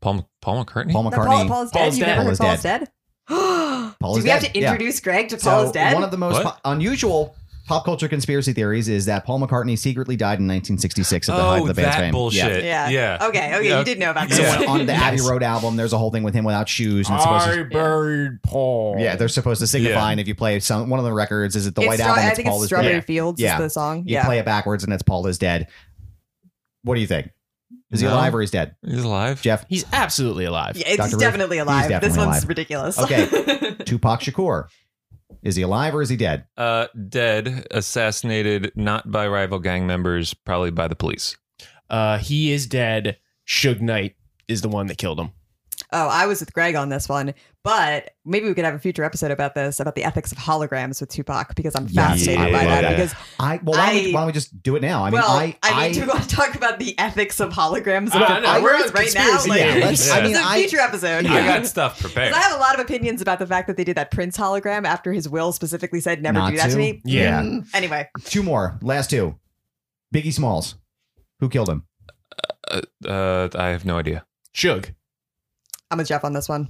Paul, Paul McCartney.
Paul
No,
McCartney.
Paul, Paul's dead.
Paul's
you
dead.
never
Paul is
heard Paul's dead. *gasps*
Paul
Do
is
we have
dead.
to
Yeah.
introduce Greg to Paul is dead?
One of the most
What?
po- unusual pop culture conspiracy theories is that Paul McCartney secretly died in 1966 at the height
oh,
of the band's
that
fame.
bullshit.
yeah.
Yeah.
Okay. Okay.
Yeah.
You did know about this.
So
Yeah.
when-
*laughs*
on the Abbey Road album, there's a whole thing with him without shoes. And it's supposed to,
I buried Paul.
yeah, they're supposed to signify.
Yeah.
And if you play some, one of the records, is it the
It's
White
Stra-
Album?
I
It's
think
Paul
it's
is
Strawberry
dead.
Fields
Yeah.
is the song.
You
yeah.
play it backwards, and it's Paul is dead. What do you think? Is he
No.
alive or he's dead?
He's alive.
Jeff,
He's absolutely alive.
Yeah, it's
uh, Dr. Ruth?
definitely alive. this
definitely
one's
alive.
ridiculous. *laughs*
Okay. Tupac Shakur. Is he alive or is he dead?
Uh, dead, assassinated, not by rival gang members, probably by the police.
Uh, he is dead. Suge Knight is the one that killed him.
oh, I was with Greg on this one, but maybe we could have a future episode about this about the ethics of holograms with Tupac because I'm
Yes,
fascinated
I
by
love
that,
that.
because
I well, why, don't we,
I-
why don't we just do it now? I mean,
well,
I,
I, mean, do we want to talk about the ethics of holograms?
I
with
know,
the
we're on
powers right now.
conspiracy
Like,
yeah,
theories.
let's, I
Yeah.
mean,
it's a
I,
future episode.
I got stuff
'Cause
prepared.
I have a lot of opinions about the fact that they did that Prince hologram after his will specifically said never
Not
do that to,
to?
me.
Yeah.
Mm, Anyway,
Two more. Last two. Biggie Smalls. Who killed him?
Uh, I have no idea.
Suge.
I'm with Jeff on this one.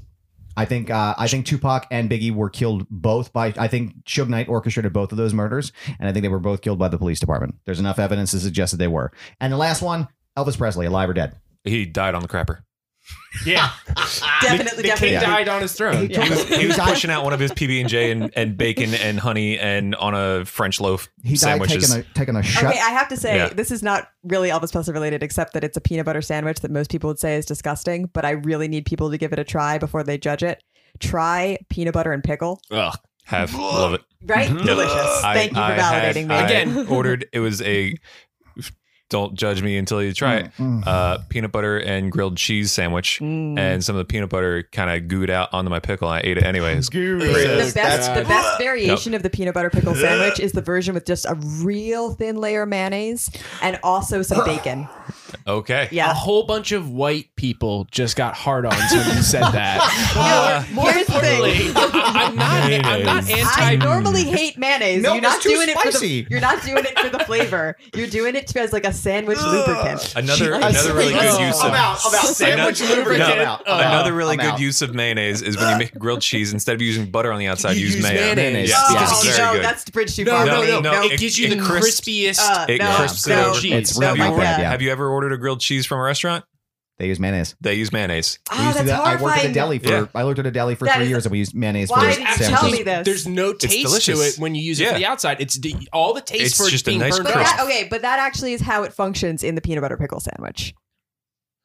I think uh, I think Tupac and Biggie were killed both by I think Suge Knight orchestrated both of those murders, and I think they were both killed by the police department. There's enough evidence to suggest that they were. And the last one, Elvis Presley, alive or dead.
He died on the crapper. *laughs*
Yeah,
Definitely,
the
definitely.
king died on his throne.
He took-
He was
died-
pushing out one of his PB and J and and bacon and honey and on a French loaf
He died
sandwiches.
taking a taking a shot.
Okay, I have to say
Yeah.
this is not really Elvis Presley related, except that it's a peanut butter sandwich that most people would say is disgusting. But I really need people to give it a try before they judge it. Try peanut butter and pickle.
Ugh, have love it.
Right? Delicious.
Mm-hmm. I-
Thank you
I
for
had-
validating
I
me *laughs*
*laughs* ordered it was a don't judge me until you try it.
Mm.
Uh, peanut butter and grilled cheese sandwich,
Mm.
and some of the peanut butter kind of gooed out onto my pickle. And I ate it anyways.
the
The
best, the best variation of the peanut butter
*laughs*
pickle sandwich is the version with just a real thin layer of mayonnaise and also
*laughs*
some bacon.
Okay,
Yeah.
A whole bunch of white people just got hard on when you said that.
*laughs* Here's the
*laughs*
thing.
I, am not. I'm not
I
anti.
normally hate mayonnaise.
No,
you're not
it's too
doing it for
spicy.
the you're not doing it for the flavor. You're doing it as like a sandwich lubricant.
another
*laughs*
another really good
I'm
use of
out, I'm out. Mm. Sandwich
Another-
lubricant,
no,
I'm out,
Uh,
I'm out,
another really
I'm
good
out.
use of mayonnaise is when you make grilled cheese instead of using butter on the outside,
You
use,
use
mayo.
mayonnaise.
Yeah,
Oh,
because
Oh,
it's very
no,
good.
that's bridge too
No,
far.
no,
for me.
no,
no,
It, gives you the
it- it crisp-
crispiest.
Uh,
it
no,
crisps it
no.
over.
cheese.
It's
No,
really
have,
my
you,
God.
bad. Yeah,
have you ever ordered a grilled cheese from a restaurant?
they use mayonnaise.
They use mayonnaise.
we
Oh,
used to do
that's
that. I worked at a
horrifying.
deli for
Yeah.
I worked at a deli for
That
three
is-
years, and we used mayonnaise
Why
for
did you tell
sandwiches.
me this?
There's no taste to
delicious.
it when you use it
Yeah.
from the outside. It's the, all the taste
It's
for it's
just a
being
nice
burned
But
crisp.
off.
that, okay, but that actually is how it functions in the peanut butter pickle sandwich.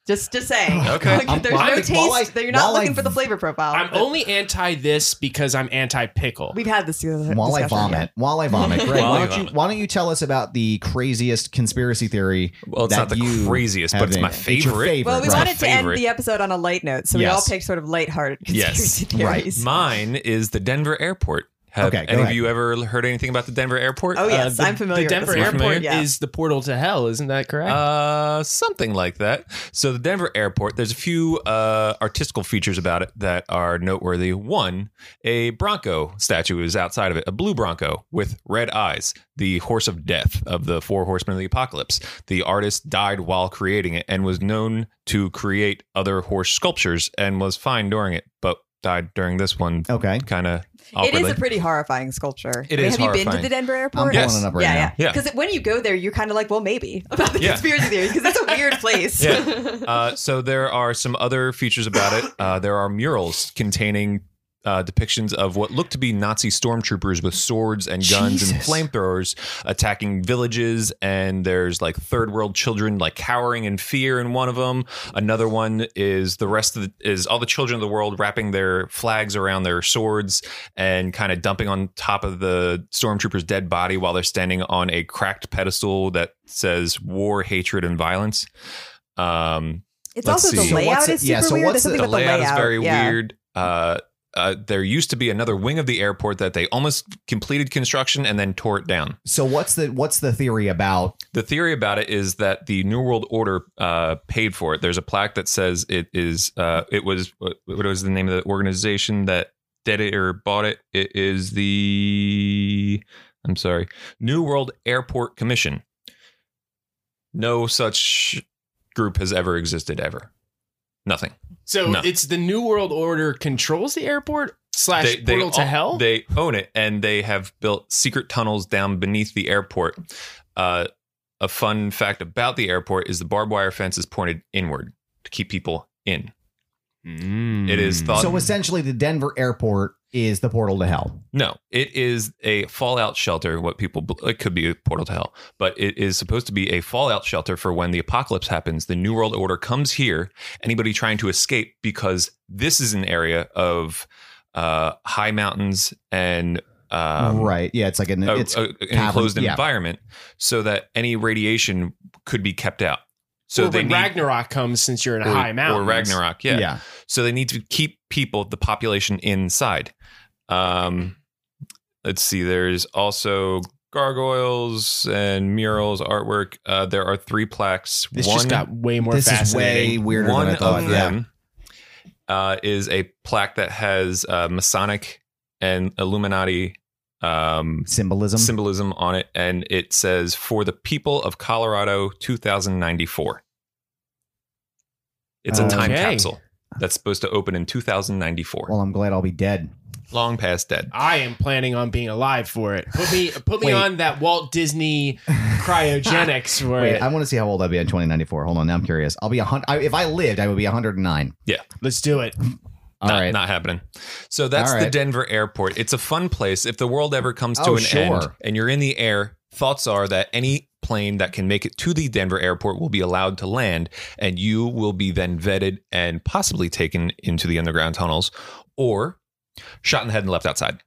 Just just saying.
Okay.
Like, *laughs* there's
I'm-
no
I'm- while I-
taste. you're not
while I-
looking for the flavor profile.
I'm only anti this because I'm anti pickle.
We've had this. discussion.
While I vomit, while I
*laughs*
vomit, Greg,
While
why
I
don't you
vomit.
why don't you tell us about the craziest conspiracy theory?
Well, it's
that
not the
you
craziest, but
have
it's
in-
my
your
favorite.
Well, we
right.
wanted to end
Favorite.
the episode on a light note, so we all
Yes.
picked sort of lighthearted
Yes.
conspiracy
Right.
theories.
Mine is the Denver airport. Have
Okay, go
any of
ahead. Uh,
you ever heard anything about the Denver airport?
Oh yes,
the-
I'm familiar.
The
with
Denver
this one.
airport
Yeah.
is the portal to hell, isn't that correct?
Uh, something like that. So the Denver airport. There's a few uh, artistical features about it that are noteworthy. One, a Bronco statue is outside of it, a blue Bronco with red eyes, the horse of death of the four horsemen of the apocalypse. The artist died while creating it and was known to create other horse sculptures and was fine during it, but died during this one.
Okay.
Kind of
It
awkwardly.
is a pretty horrifying sculpture.
It
I mean,
is
Have you been
horrifying.
to the Denver airport?
I'm
Yes.
pulling it up right
yeah,
now.
yeah.
Yeah.
Because when you go there, you're kind of like, well, maybe *laughs* about the
Yeah.
conspiracy theory because that's a weird place. *laughs*
Yeah. Uh, so there are some other features about it. Uh, there are murals containing uh, depictions of what looked to be Nazi stormtroopers with swords and guns and
Jesus.
flamethrowers attacking villages. And there's like third world children like cowering in fear in one of them. Another one is the rest of the, is all the children of the world wrapping their flags around their swords and kind of dumping on top of the stormtrooper's dead body while they're standing on a cracked pedestal that says war, hatred, and violence. Um,
It's
Let's
also
see.
the
So
layout
what's
is
it-
super
yeah, so
weird.
what's
There's something
the
about the
layout,
layout.
is very
yeah.
weird. Uh, uh, there used to be another wing of the airport that they almost completed construction and then tore it down.
So what's the what's the theory about?
The theory about it is that the New World Order uh, paid for it. There's a plaque that says it is. Uh, it was what what was the name of the organization that did it or bought it? It is the. I'm sorry, New World Airport Commission. No such group has ever existed ever. Nothing.
so
no.
it's the New World Order controls the airport slash portal to
own-
hell.
They own it, and they have built secret tunnels down beneath the airport. Uh, a fun fact about the airport is the barbed wire fence is pointed inward to keep people in. Mm. It is thought.
So essentially, the Denver airport is the portal to hell.
no, it is a fallout shelter. What people bel- it could be a portal to hell, but it is supposed to be a fallout shelter for when the apocalypse happens. The New World Order comes here. Anybody trying to escape because this is an area of uh, high mountains and um, oh,
right? Yeah, it's like an
a-
it's
a- an
cavern-
enclosed
yeah.
environment so that any radiation could be kept out. So
So
they
when
need,
Ragnarok comes, since you're in a
or,
high mountain,
or Ragnarok, yeah. So they need to keep people, the population inside. Um, let's see. There's also gargoyles and murals, artwork. Uh, there are three plaques.
this
one
just got way more
This is
fascinating.
way weirder
one
than I thought. yeah.
of them uh, is a plaque that has uh, Masonic and Illuminati um,
Symbolism.
symbolism on it and it says for the people of colorado 2094 it's a time
Okay.
capsule That's supposed to open in 2094.
Well, I'm glad I'll be dead.
Long past dead.
I am planning on being alive for it. Put me put me
Wait.
on that Walt Disney cryogenics for
Wait,
it.
I want to see how old I'll be in 2094. Hold on, now I'm curious. I'll be a hundred. If I lived, I would be 109.
Yeah.
Let's do it.
All
not,
right.
not happening. So that's
All
the
right.
Denver airport. It's a fun place. If the world ever comes to
Oh,
an end
sure.
and you're in the air, thoughts are that any plane that can make it to the Denver airport will be allowed to land, and you will be then vetted and possibly taken into the underground tunnels or shot in the head and left outside.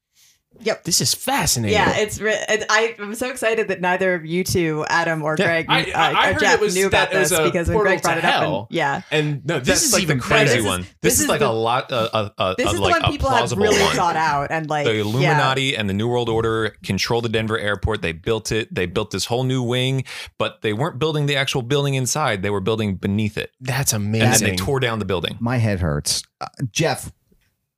This is fascinating.
Yeah, it's. Re- it, I, I'm so excited that neither of you two, Adam or
Yeah,
Greg,
I-
uh,
I- I
or
heard
Jeff,
it was
knew about
that it was
this
a
because when Greg
portal
brought
to
it up, and,
hell.
yeah,
And no, this
That's
is
like
even
the crazy
better.
one.
This
This,
is-
is,
this is
like
the-
a lot, uh, a, a, a,
this
a-
is
like
the one
a
people have
plausible
really
one.
thought out and like
the
yeah.
Illuminati and the New World Order control the Denver airport. They built it. They built this whole new wing, but they weren't building the actual building inside. They were building beneath it,
That's
and then
amazing.
they tore down the building.
My head hurts. Uh, Jeff,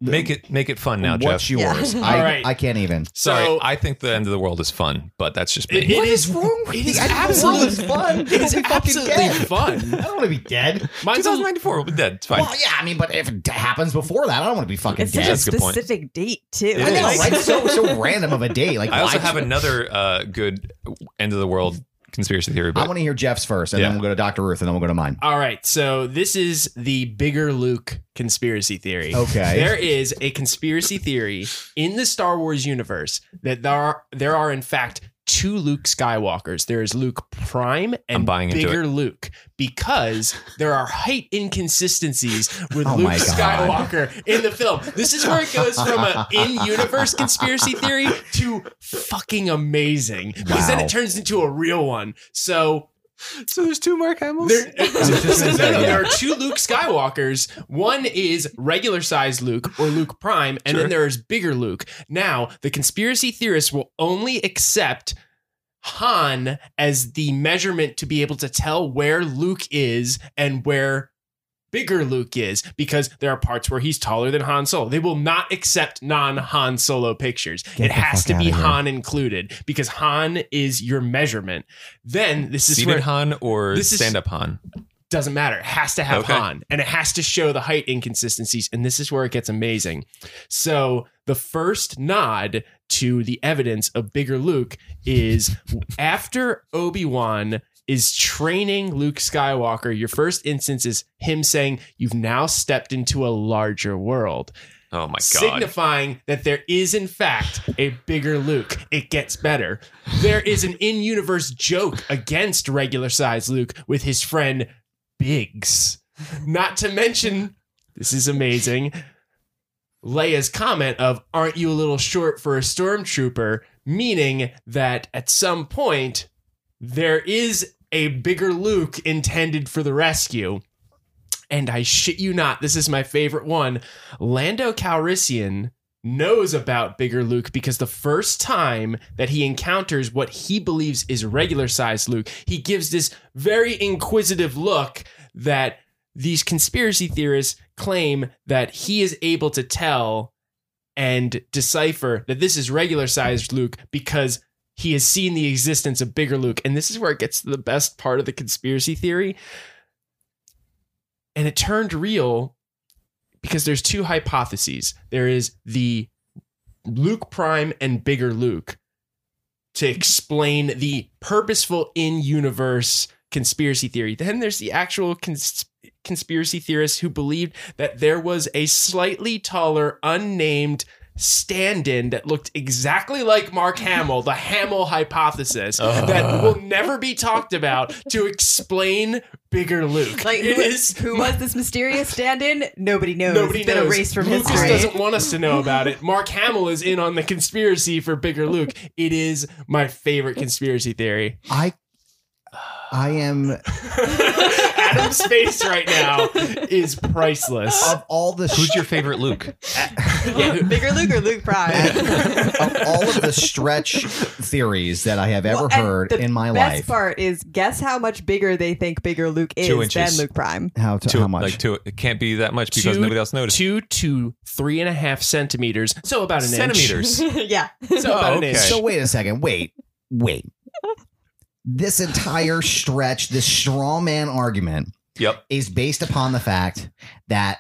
Make it make it fun now,
what's
Jeff.
yours?
Yeah. *laughs*
I,
All right.
I can't even.
Sorry,
So-
I think the end of the world is fun, but that's just me.
It- it is wrong with it is absolutely
It's fun.
It is
People be fucking
absolutely
dead.
fun.
I don't want to be dead.
Mine's a,
2094, we'll be dead. It's fine.
Well, yeah, I mean, but if it happens before that, I don't want to be fucking
It's such
dead.
a
That's a good point.
specific date too.
It
I know,
is.
right? So so random of a day. Like
I also
why-
have another uh, good end of the world conspiracy theory,
I
but
want to hear Jeff's first, and
Yeah.
then we'll go to Doctor Ruth, and then we'll go to mine.
all right, so this is the bigger Luke conspiracy theory.
Okay.
There is a conspiracy theory in the Star Wars universe that there are there are in fact two Luke Skywalkers. There is Luke Prime and
I'm buying into
bigger Luke because there are height inconsistencies with
Oh
Luke
my God.
Skywalker in the film. This is where it goes
*laughs*
from an in-universe conspiracy theory to fucking amazing because then
Wow.
it turns into a real one. So
so there's two Mark Hamills.
there, *laughs*
just gonna
no,
say,
no,
yeah.
there are two Luke Skywalkers. One is regular size Luke or Luke Prime, and
Sure.
then there is bigger Luke. Now, the conspiracy theorists will only accept Han as the measurement to be able to tell where Luke is and where bigger Luke is because there are parts where he's taller than Han Solo. They will not accept non Han Solo pictures.
Get
it
the
has
fuck
to be
outta here.
Han included because Han is your measurement. Then this is
Seated
where
Han or
This is-
stand up Han?
doesn't matter. It has to have
Okay.
Han and it has to show the height inconsistencies. And this is where it gets amazing. So the first nod to the evidence of bigger Luke is after Obi-Wan is training Luke Skywalker, your first instance is him saying, You've now stepped into a larger world
Oh my god!
signifying that there is in fact a bigger Luke. It gets better. There is an in-universe joke against regular size Luke with his friend Biggs. Not to mention, this is amazing. Leia's comment of "Aren't you a little short for a stormtrooper?" meaning that at some point there is a bigger Luke intended for the rescue. And I shit you not, this is my favorite one. Lando Calrissian knows about Bigger Luke because the first time that he encounters what he believes is regular sized Luke, he gives this very inquisitive look that these conspiracy theorists claim that he is able to tell and decipher that this is regular sized Luke because he has seen the existence of Bigger Luke. And this is where it gets to the best part of the conspiracy theory. And it turned real because there's two hypotheses. There is the Luke Prime and Bigger Luke to explain the purposeful in universe conspiracy theory. Then there's the actual cons- conspiracy theorists who believed that there was a slightly taller, unnamed stand in that looked exactly like Mark Hamill, the Hamill hypothesis that will never be talked about to explain Bigger Luke.
*laughs* Like
It
who,
is-
who was this mysterious stand-in? Nobody knows.
Nobody
it's been
knows.
erased from
Lucas
history. *laughs*
doesn't want us to know about it. Mark Hamill is in on the conspiracy for bigger Luke. It is my favorite conspiracy theory. *laughs*
I I am
Adam's face right now is priceless.
of all the
Who's
sh-
your favorite Luke?
Yeah,
Bigger Luke or Luke Prime?
of all of the stretch theories that I have ever
Well, and
heard
the
in my
*laughs* Best
life.
part is guess how much bigger they think Bigger Luke is
Two
than
inches.
*laughs*
Luke Prime.
how, to,
Two,
how much?
Like two. It can't be that much because
Two-
nobody else noticed.
Two to three and a half centimeters. *laughs* So about an
Centimeters.
*laughs* yeah.
inch. So about
Oh,
an inch.
okay.
So wait a second. Wait, wait. This entire stretch, this straw man argument,
yep.
is based upon the fact that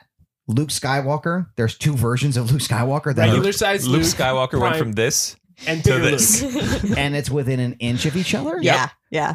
Luke Skywalker. There's two versions of Luke Skywalker that
Regular
are,
size
Luke
Luke,
Skywalker went
Prime,
from this
and
to
bigger
this.
Luke.
*laughs* and it's within an inch of each other.
Yeah. Yeah.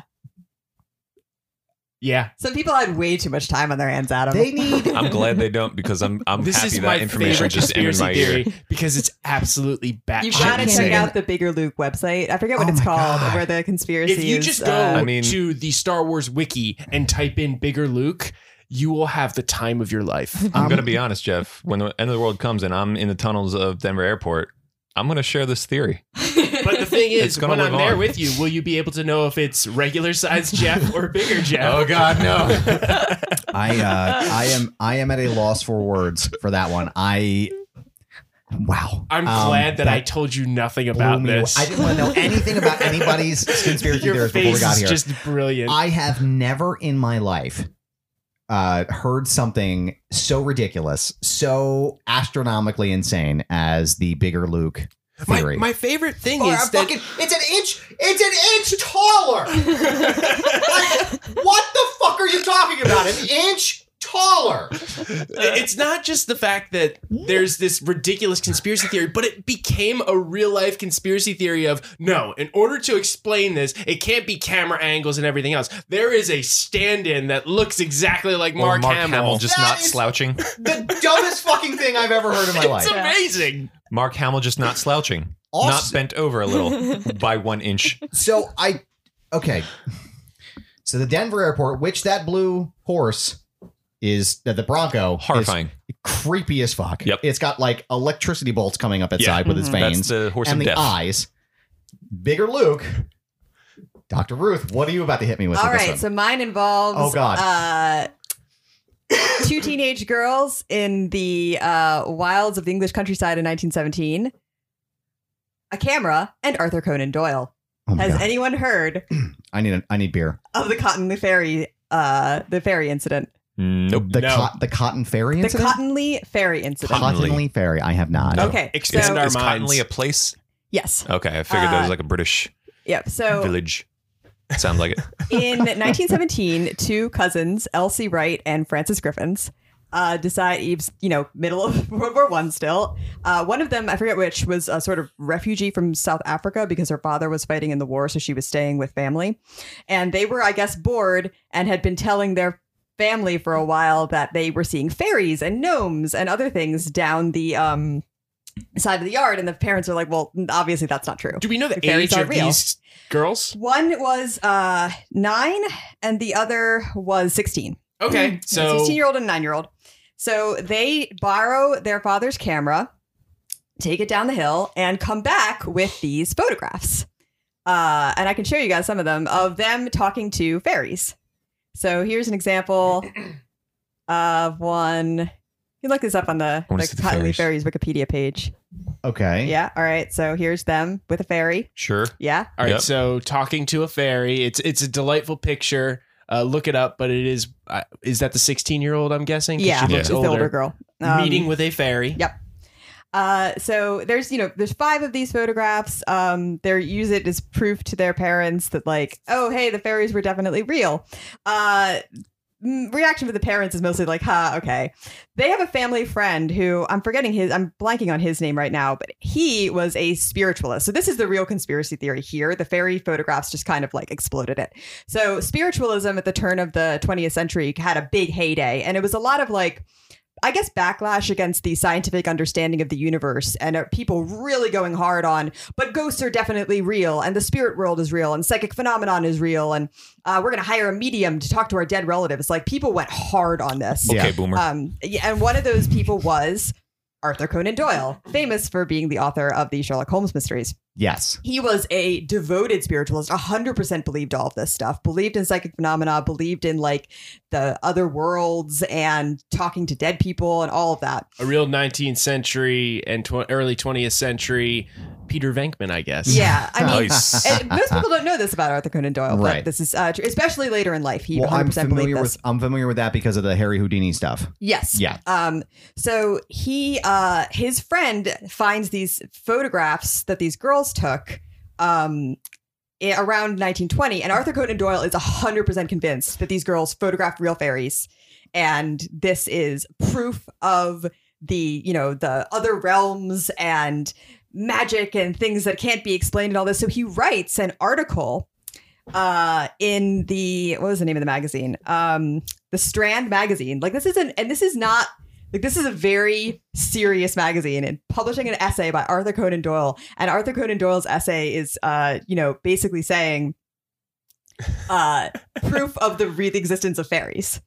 Yeah,
Some people had way too much time on their hands, Adam.
They need
I'm glad they don't because I'm I'm
this
happy
is
that
my
information
favorite
just entered
conspiracy
my ear.
theory because it's absolutely
You've
batshit
got to check
insane.
out the Bigger Luke website. I forget what
Oh
it's
my
called,
God.
where the conspiracy
If you
is,
just go
uh,
I mean-
to the Star Wars wiki and type in bigger Luke, you will have the time of
*laughs*
your life.
Um,
I'm gonna be honest, Jeff. When the end of the world comes and I'm in the tunnels of Denver Airport, I'm gonna share this theory.
But the thing
It's
is,
gonna
when
live
I'm there
on.
with you, will you be able to know if it's regular size Jeff or bigger Jeff?
Oh, God, no!
I uh, I am I am at a loss for words for that one. I wow.
*laughs* I'm
Um,
glad that, I told you nothing
blew
about
me away.
this.
I didn't want to know anything about
*laughs*
anybody's conspiracy
Your
theories before we
face
got
is
here.
just brilliant.
I have never in my life uh, heard something so ridiculous, so astronomically insane as the bigger Luke
my,
theory.
my favorite thing
Or
is
I'm
that
fucking- it's an inch. It's an inch
*laughs*
taller. Like, what the fuck are you talking about? An inch taller.
it's not just the fact that there's this ridiculous conspiracy theory, but it became a real life conspiracy theory of no, in order to explain this, it can't be camera angles and everything else. There is a stand in that looks exactly like Mark,
Mark, Mark Hamill.
Hamill.
just
That
not
is-
slouching.
The dumbest fucking thing I've ever heard in my life.
It's amazing.
Mark Hamill just not slouching.
Also-
not bent over a
*laughs*
little by one inch.
So I okay. So the Denver airport, which that blue horse is that the Bronco is
Horrifying.
creepy as fuck.
Yep.
It's got like electricity bolts coming up its
Yeah.
side with its
Mm-hmm.
That's
veins
the horse
and
of
the
death.
eyes. Bigger Luke. Dr. Ruth, what are you about to hit me with?
All
with this
right,
one?
so mine involves
Oh,
Uh, *laughs* two teenage girls in the uh, wilds of the English countryside in 1917, a camera, and Arthur Conan Doyle.
Oh my
Has
God.
anyone heard
I need a, I need beer.
of the Cotton Ferry, uh, the ferry incident,
Nope.
The
No.
cot- the cotton fairy
the
incident.
Cottonley Ferry incident?
Cottonley.
Cottonley fairy. I have not.
Okay,
Expand
so
our
is Cottonley
minds. Uh,
a place?
yes,
Okay, I figured that was like a British
yep. So
village. Sounds
*laughs*
like it.
In 1917, two cousins, Elsie Wright and Frances Griffins, uh, decide Eve's, you know, middle of *laughs* World War One still. Uh, one of them, I forget which, was a sort of refugee from South Africa because her father was fighting in the war, so she was staying with family. And they were, I guess, bored and had been telling their family for a while that they were seeing fairies and gnomes and other things down the um, side of the yard. And the parents are like, well, obviously that's not true.
Do we know the
Fairies
age
aren't
of
real. Mm-hmm.
these girls?
One was uh, nine, and the other was 16.
Okay, so
16 year old and nine year old. So they borrow their father's camera, take it down the hill, and come back with these photographs. Uh, and I can show you guys some of them of them talking to fairies. So here's an example of one. You can look this up on the,
I wanna
the
see the
Cottonwood Fairies
fairies.
Wikipedia page.
Okay.
Yeah. All right. So here's them with a fairy.
Sure.
Yeah.
All right,
Yep.
so talking to a fairy. It's it's a delightful picture. Uh, look it up, but it is uh, is that the 16 year old? I'm guessing. 'Cause
Yeah.
she
It's
looks
the
older.
older girl. Um,
Meeting with a fairy.
Yep. Uh, so there's you know there's five of these photographs. Um, they use it as proof to their parents that like oh hey the fairies were definitely real. Uh, mm, reaction for the parents is mostly like ha okay. They have a family friend who I'm forgetting his I'm blanking on his name right now, but he was a spiritualist. So this is the real conspiracy theory here. The fairy photographs just kind of like exploded it. So spiritualism at the turn of the 20th century had a big heyday, and it was a lot of like I guess backlash against the scientific understanding of the universe and are people really going hard on, but ghosts are definitely real and the spirit world is real and psychic phenomenon is real and uh, we're going to hire a medium to talk to our dead relatives. Like people went hard on this.
Okay,
Yeah.
boomer.
Um, yeah, and one of those people was Arthur Conan Doyle, famous for being the author of the Sherlock Holmes mysteries
Yes.
he was a devoted spiritualist 100% believed all of this stuff believed in psychic phenomena believed in like the other worlds and talking to dead people and all of that
a real 19th century and tw- early 20th century Peter Venkman, I guess.
*laughs*
yeah i mean
nice.
and most people don't know this about arthur conan doyle
Right.
but this is uh, true, especially later in life he
Well, I'm
100% believed
familiar
this
with I'm familiar with that because of the Harry Houdini stuff.
yes
Yeah.
Um, so he uh his friend finds these photographs that these girls took um i- around 1920 and Arthur Conan Doyle is 100% convinced that these girls photographed real fairies and this is proof of the you know the other realms and magic and things that can't be explained and all this so he writes an article uh in the what was the name of the magazine um the strand magazine like this isn't and this is not like this is a very serious magazine and publishing an essay by arthur conan doyle and arthur conan doyle's essay is uh you know basically saying uh proof of the re- existence of fairies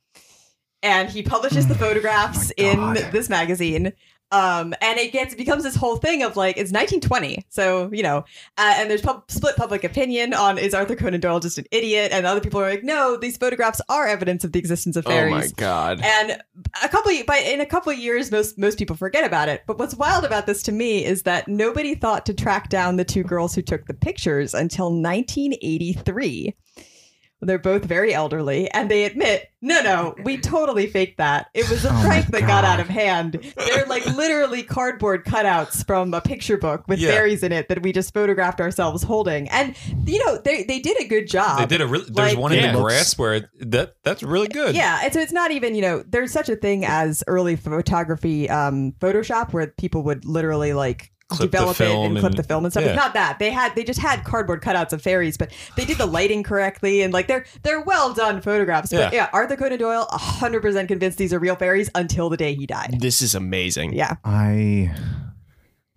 and he publishes the photographs in this magazine um and it gets becomes this whole thing of like it's 1920 so you know uh, and there's pub- split public opinion on is arthur conan doyle just an idiot and other people are like no these photographs are evidence of the existence of
Oh
fairies
my god.
and a couple but in a couple of years most most people forget about it but what's wild about this to me is that nobody thought to track down the two girls who took the pictures until 1983 they're both very elderly and they admit no no we totally faked that it
Oh
was a
my
prank that got
God.
out of hand they're like literally cardboard cutouts from a picture book with
Yeah.
fairies in it that we just photographed ourselves holding and you know they, they did a good job
They did a really. There's
like-
one in
Yeah.
the grass where it, that that's really good.
yeah, and so it's not even you know there's such a thing as early photography, um, Photoshop, where people would literally like
Clip the
develop it
film
and, clip
and-
the film and stuff.
yeah.
It's not that they had they just had cardboard cutouts of fairies, but they did the lighting correctly and like they're they're well done photographs.
Yeah.
But yeah, Arthur Conan Doyle, hundred percent convinced these are real fairies until the day he died.
This is amazing.
Yeah,
I.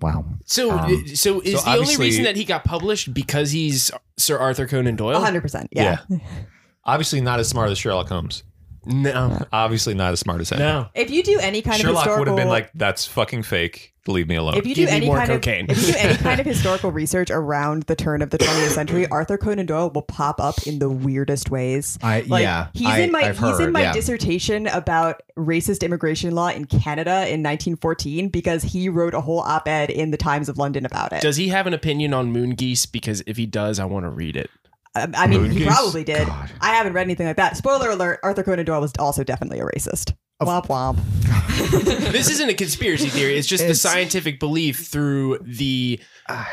Wow.
So,
Um,
so is the only
obviously-
reason that he got published because he's Sir Arthur Conan Doyle?
hundred percent. Yeah. *laughs*
Obviously not as smart as Sherlock Holmes.
No,
Obviously not as smart as him.
no.
If you do any kind of
Sherlock
historical,
would have been like, "That's fucking fake. Leave me alone."
If you
Give
do
me
any
more
kind
cocaine. *laughs*
of if you do any kind of historical research around the turn of the
*coughs*
20th century, Arthur Conan Doyle will pop up in the weirdest ways.
I
Like,
yeah.
he's
I,
in my
I've
he's in
heard,
my
yeah.
dissertation about racist immigration law in Canada in 1914 because he wrote a whole op-ed in the Times of London about it.
Does he have an opinion on moon geese? Because if he does, I want to read it.
I, Um, I mean, he
Moongeese?
probably did. I haven't read anything like that. Spoiler alert: Arthur Conan Doyle was also definitely a racist. Womp womp.
this isn't a conspiracy theory. It's Ah. just the
It's-
scientific belief through the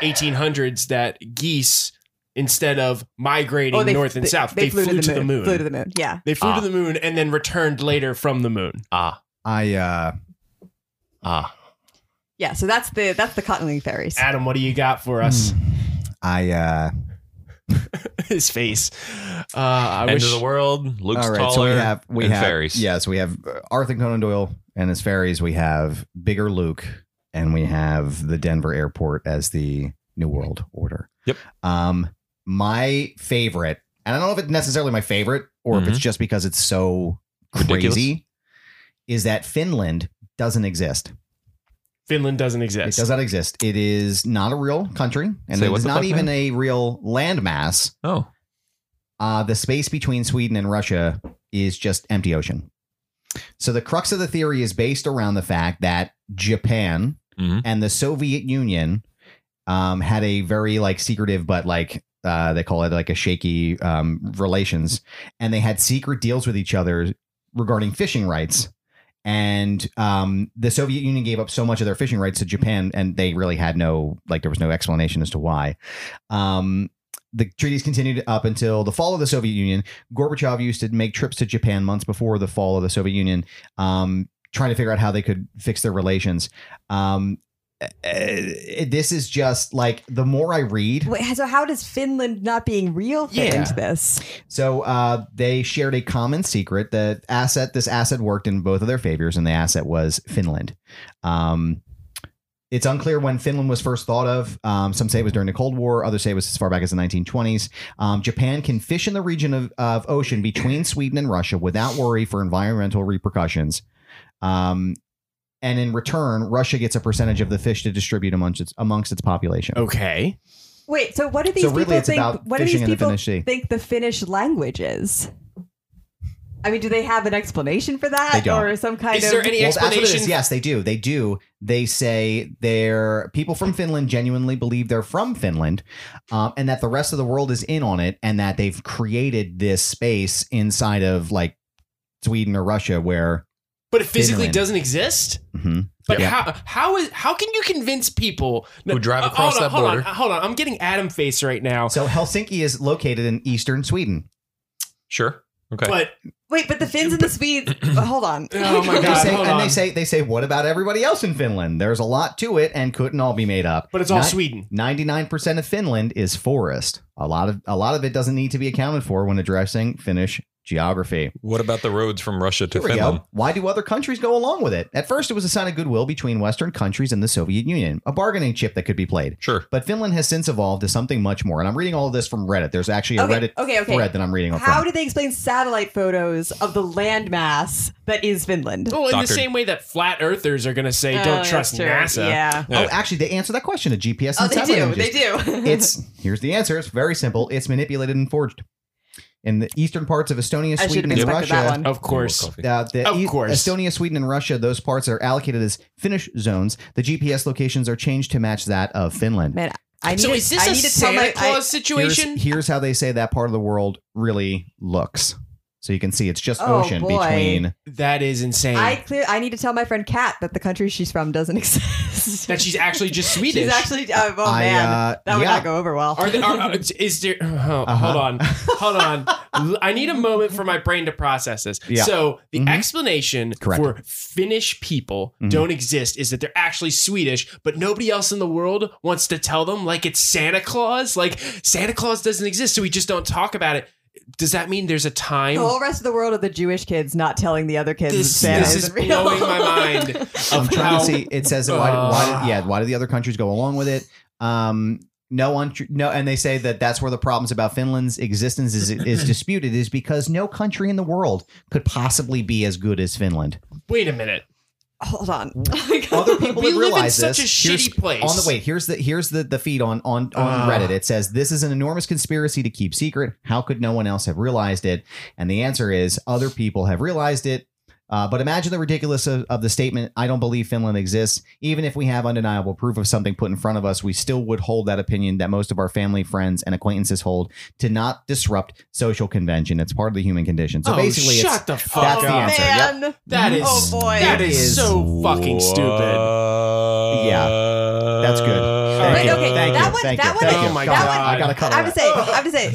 1800s that geese, instead of
Oh,
migrating north and south, Oh, they, flew, to, the moon.
Flew to the moon. Yeah.
They flew
Ah.
to the moon and then returned later from the moon.
ah
I uh.
ah,
Yeah. So that's the that's the cotton wing fairies.
Adam, what do you got for us?
I uh.
*laughs* His face. Uh, I
end
wish.
of the world. Luke's
all right.
taller.
so we have we
and
have
fairies.
Yes, we have uh, Arthur Conan Doyle and his fairies. We have bigger Luke, and we have the Denver airport as the New World Order.
Yep.
Um, my favorite, and I don't know if it's necessarily my favorite or if it's just because it's so
Mm-hmm. Ridiculous.
crazy, is that Finland doesn't exist.
Finland doesn't
It
exist.
does not exist. It is not a real country, and
Say what
it's
the
not
fuck
even
now?
a real landmass.
Oh,
uh, the space between Sweden and Russia is just empty ocean. So the crux of the theory is based around the fact that Japan
Mhm.
and the Soviet Union um, had a very like secretive, but like uh, they call it like a shaky um, relations, and they had secret deals with each other regarding fishing rights. And um, the Soviet Union gave up so much of their fishing rights to Japan, and they really had no like there was no explanation as to why. Um, the treaties continued up until the fall of the Soviet Union. Gorbachev used to make trips to Japan months before the fall of the Soviet Union, um, trying to figure out how they could fix their relations. Um, eh, eh, this is just like the more I read,
Wait, so how does Finland not being real fit
Yeah.
into this?
so uh, they shared a common secret. The asset, this asset, worked in both of their favors, and the asset was Finland. Um, it's unclear when Finland was first thought of. Um, some say it was during the Cold War. Others say it was as far back as the 1920s. Um, Japan can fish in the region of, of ocean between Sweden and Russia without worry for environmental repercussions. Um, and in return, Russia gets a percentage of the fish to distribute amongst its amongst its population.
Oh, okay.
Wait, so what do these
So really,
people
it's
think?
about
What do these
fishing in the
people
Finnish Sea.
think the Finnish language is? I mean, do they have an explanation for that,
They don't.
or some kind
Is
of?
there any
Well, that's what it is.
explanation?
Yes, they do. They do. They say they're people from Finland genuinely believe they're from Finland, um, and that the rest of the world is in on it, and that they've created this space inside of like Sweden or Russia where.
But it physically
Finland.
doesn't exist.
Mhm.
But
Yeah.
how how is how can you convince people
Who drive
Uh,
across
hold on,
that
hold
border.
On, hold on, I'm Oh. getting Adam face right now.
So Helsinki is located in eastern Sweden.
sure. Okay.
But
Wait, but the Finns and the Swedes. oh, hold on.
*clears throat* oh my
They
god,
say-
hold
and
on.
they say they say, what about everybody else in Finland? There's a lot to it, and couldn't all be made up.
but it's all
Ni-
Sweden.
99% of Finland is forest. A lot of a lot of it doesn't need to be accounted for when addressing Finnish geography.
What about the roads from Russia to
Here we
Finland?
go. Why do other countries go along with it? At first, it was a sign of goodwill between Western countries and the Soviet Union, a bargaining chip that could be played.
Sure.
But Finland has since evolved to something much more. And I'm reading all of this from Reddit. There's actually a
Okay,
Reddit
okay, okay.
thread that I'm reading.
How
from.
did they explain satellite photos of the landmass that is Finland?
Well, in
Doctor-
the same way that flat earthers are going to say,
Oh,
"Don't
that's
trust
true.
NASA."
Yeah.
Oh, actually, they answer that question at GPS.
Oh,
and
they
satellite
do.
images.
They do. *laughs*
it's here's the answer. It's very simple. It's manipulated and forged. In the eastern parts of Estonia,
I should
Sweden,
have
and
expected
Russia,
that one.
Of course.
Uh, the
Of
E-
course.
Estonia, Sweden, and Russia, those parts are allocated as Finnish zones. The GPS locations are changed to match that of Finland.
Man, I need.
So
to-
is this
I
a
need to tell my,
Santa
I-
Claus situation?
Here's, here's how they say that part of the world really looks. So you can see it's just
Oh,
ocean
boy.
between.
That is insane.
I clear. I need to tell my friend Kat that the country she's from doesn't *laughs* exist.
that she's actually just Swedish.
*laughs* She's actually. Oh, oh
I,
man,
uh,
that would
yeah.
not go over well.
Are
*laughs*
there, are, are- is there? oh, Hold
Uh-huh.
on,
*laughs*
hold on. L- I need a moment for my brain to process this.
Yeah.
So the
Mhm.
explanation
Correct.
for Finnish people
Mhm.
don't exist is that they're actually Swedish, but nobody else in the world wants to tell them like it's Santa Claus. Like Santa Claus doesn't exist, so we just don't talk about it. Does that mean there's a time?
*laughs* the whole rest of the world of the Jewish kids not telling the other kids
This,
that Oh, Santa
this is
isn't real.
blowing
*laughs*
my mind.
I'm
of
trying
how-
to see. It says that why, why
Uh.
yeah why do the other countries go along with it? Um, no one no, and they say that that's where the problems about Finland's existence is is disputed is because no country in the world could possibly be as good as Finland.
Wait a minute.
Hold on.
other people
*laughs* We
have
live in
realized
such
this.
a
Here's-
shitty place.
On the wait, here's the here's the the feed on on on
Ah.
Reddit. It says this is an enormous conspiracy to keep secret. How could no one else have realized it? And the answer is other people have realized it. Uh, but imagine the ridiculous of, of the statement. I don't believe Finland exists. Even if we have undeniable proof of something put in front of us, we still would hold that opinion that most of our family, friends, and acquaintances hold to not disrupt social convention. It's part of the human condition. So
oh,
basically,
shut
it's
the fuck
that's
up.
the answer. Yep. Mm-hmm.
Man.
That is
Oh boy.
that is,
Is
so fucking stupid.
yeah, that's
Uh,
good. Thank
Wait,
you.
okay,
Thank
that
you.
one-
Thank
that
you.
one-
Thank you.
Oh my
Got it.
God.
I gotta cut
I have to say, I have
*laughs*
to say,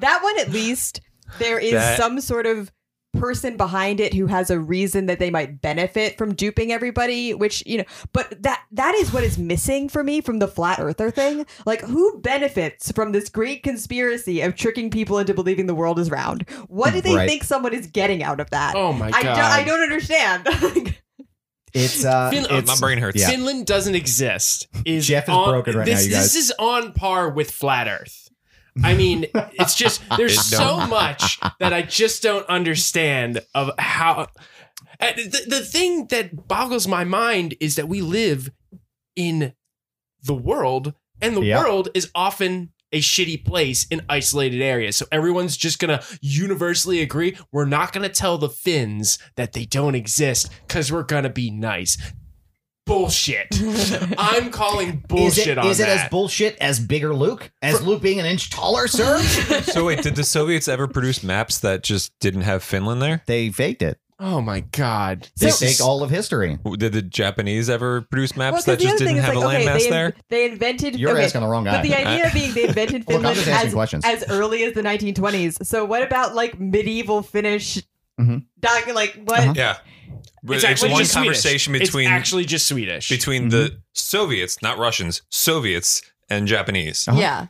that one at least there is
That-
some sort of person behind it who has a reason that they might benefit from duping everybody which you know but that that is what is missing for me from the flat earther thing like who benefits from this great conspiracy of tricking people into believing the world is round what do they
Right.
think someone is getting out of that
Oh my
I,
god.
don't, I don't understand *laughs*
It's uh,
Fin-
it's,
my brain hurts.
Yeah.
Finland doesn't exist. Is
Jeff is
on-
broken right now,
this,
you guys.
This is on par with flat Earth. I mean, it's just there's so much that I just don't understand of how. and The, the thing that boggles my mind is that we live in the world, and the
Yeah.
world is often a shitty place in isolated areas. So everyone's just gonna universally agree we're not gonna tell the Finns that they don't exist because we're gonna be nice. Bullshit.
*laughs*
I'm calling bullshit
is it,
on
is it
that.
as bullshit as bigger Luke? As Luke being an inch taller,
*laughs*
sir?
So wait, did the Soviets ever produce maps that just didn't have Finland there?
they faked it.
oh my god.
They
This
faked
is-
all of history.
Did the Japanese ever produce maps
'cause
that just didn't
is,
have a
okay,
landmass
they, in-
there?
They invented.
You're
okay,
asking the wrong guy. *laughs*
But the idea being they invented
Look, I'm
Finland
just asking
as,
questions.
as early as the 1920s. So what about like medieval Finnish?
Mhm.
Doc, like what?
Uh-huh.
Yeah.
It's
It's,
actually
one
just Swedish.
conversation
It's
between
actually just Swedish. Mm-hmm.
between the Soviets, not Russians, Soviets and Japanese.
Uh-huh.
Yeah.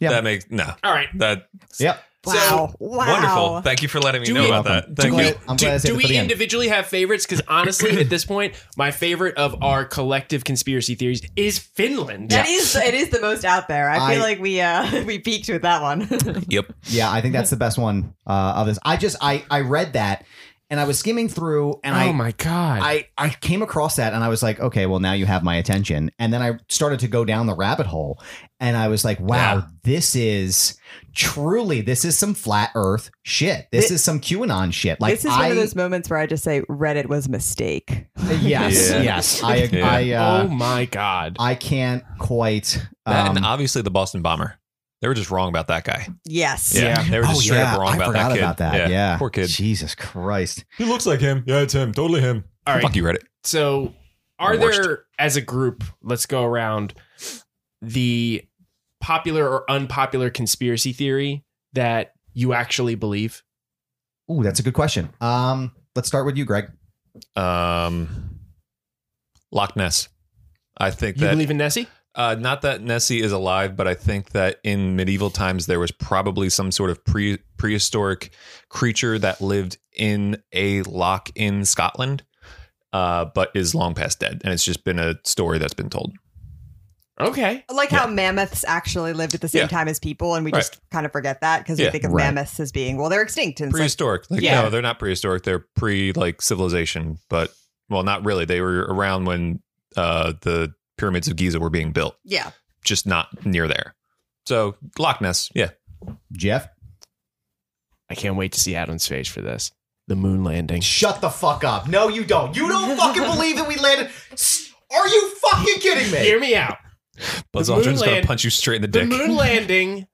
Yeah.
That makes no.
all right.
That
Yep.
Wow. wow.
wonderful. Thank you for letting me
Do
know
we-
about
Welcome.
that. Thank
Do
you.
we- I'm glad I
do,
saved
do
it
we
for the end.
individually have favorites? Because honestly, at this point, my favorite of our collective conspiracy theories is Finland.
That is it is the most out there. I, feel
I-
like we uh *laughs* we peaked with that one.
Yep.
Yeah, I think that's the best one uh, of this. I just I I read that and I was skimming through and I
oh my god.
I, I came across that and I was like, okay, well, now you have my attention. And then I started to go down the rabbit hole and I was like, wow,
Yeah.
this is truly, this is some flat earth shit. This is
Thi-
some QAnon shit. *laughs* Like,
this is
I,
one of those moments where I just say Reddit was a mistake.
*laughs* yes,
Yeah.
yes. I,
Yeah.
I, uh,
oh my god.
I can't quite.
That and
um,
obviously the Boston bomber. They were just wrong about that guy.
Yes.
Yeah.
They were just
oh,
straight
yeah,
up wrong
I
about
forgot
that kid.
about that. Yeah.
Poor kid.
Jesus Christ.
He looks like him. Yeah, it's him. Totally him.
all right.
Fuck you, Reddit.
So, are
The worst.
there as a group? Let's go around the popular or unpopular conspiracy theory that you actually believe.
Ooh, that's a good question. Um, let's start with you, Greg.
Um, Loch Ness. I think
You
that
believe in Nessie?
Uh, not that Nessie is alive, but I think that in medieval times there was probably some sort of pre prehistoric creature that lived in a lock in Scotland, uh, but is long past dead, and it's just been a story that's been told.
Okay.
Like how mammoths actually lived at the same
Yeah.
time as people, and we
Right.
just kind of forget that because
Yeah.
we think of
Right.
mammoths as being well, they're extinct. And it's like,
Prehistoric, like
Yeah.
no, they're not prehistoric. They're pre like civilization, but well, not really. They were around when uh, the pyramids of Giza were being built,
yeah,
just not near there. So Loch Ness, yeah,
Jeff,
I can't wait to see Adam's face for this. The moon landing.
shut the fuck up. No, you don't. You don't fucking believe that we landed. S- Are you fucking kidding me?
Hear me out.
Buzz
The moon
Aldrin's gonna
land-
punch you straight in the
The
dick. *laughs*
moon landing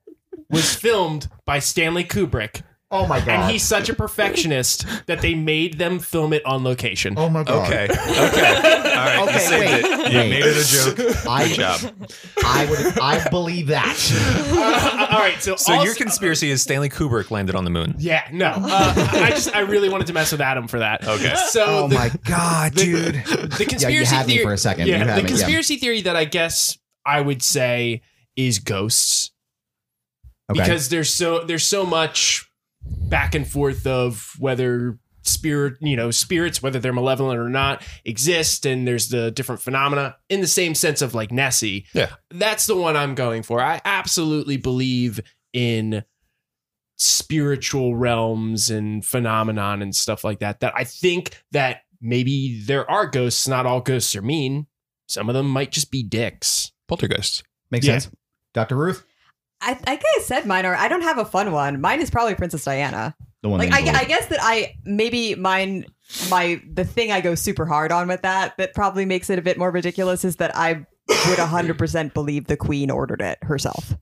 was filmed by Stanley Kubrick,
Oh my
and
god.
he's such a perfectionist that they made them film it on location.
oh my god. *laughs*
Okay. Okay. All right.
Okay,
you saved
wait.
it. You
Wait.
made it a joke.
*laughs* I,
Good job.
I would. I believe that.
*laughs* *laughs* all right, so
So
also-
your conspiracy is Stanley Kubrick landed on the moon.
Yeah,
*laughs*
no. Uh, I just I really wanted to mess with Adam for that.
Okay.
So
Oh
the,
my god, dude.
the
*laughs* Yeah,
conspiracy
you had
theory
me for a second.
Yeah,
you had
the
me.
conspiracy theory that I guess I would say is ghosts
yeah. Okay.
because there's so there's so much back and forth of whether spirit you know spirits whether they're malevolent or not exist and there's the different phenomena in the same sense of like nessie
Yeah.
that's the one i'm going for i absolutely believe in spiritual realms and phenomenon and stuff like that that i think that maybe there are ghosts not all ghosts are mean some of them might just be dicks
Poltergeists.
Makes
Yeah.
sense. Dr. Ruth,
I, I think I said mine, or I don't have a fun one. Mine is probably Princess Diana.
the one.
Like
that you
I,
believe.
I guess that I maybe mine my the thing I go super hard on with that that probably makes it a bit more ridiculous is that I would hundred percent believe the Queen ordered it herself.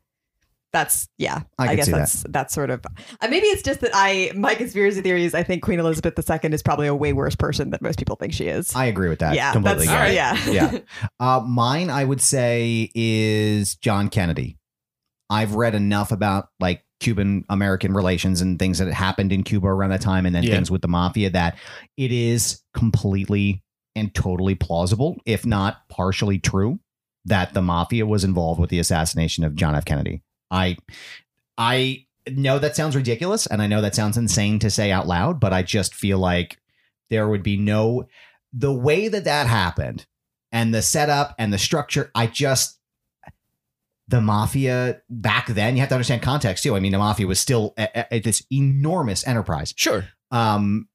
That's yeah.
I
I,
could
guess
see that.
that's that's sort of uh, maybe it's just that I my conspiracy theory is I think Queen Elizabeth II is probably a way worse person than most people think she is.
I agree with that.
yeah,
completely.
that's
yeah.
yeah.
yeah. Uh, mine, I would say, is John Kennedy. I've read enough about like Cuban American relations and things that happened in Cuba around that time and then
Yeah.
things with the mafia that it is completely and totally plausible, if not partially true, that the mafia was involved with the assassination of John F. Kennedy. I, I know that sounds ridiculous and I know that sounds insane to say out loud, but I just feel like there would be no, the way that that happened and the setup and the structure, I just, the mafia back then, you have to understand context too. I mean, the mafia was still a, a- this enormous enterprise.
sure
Um,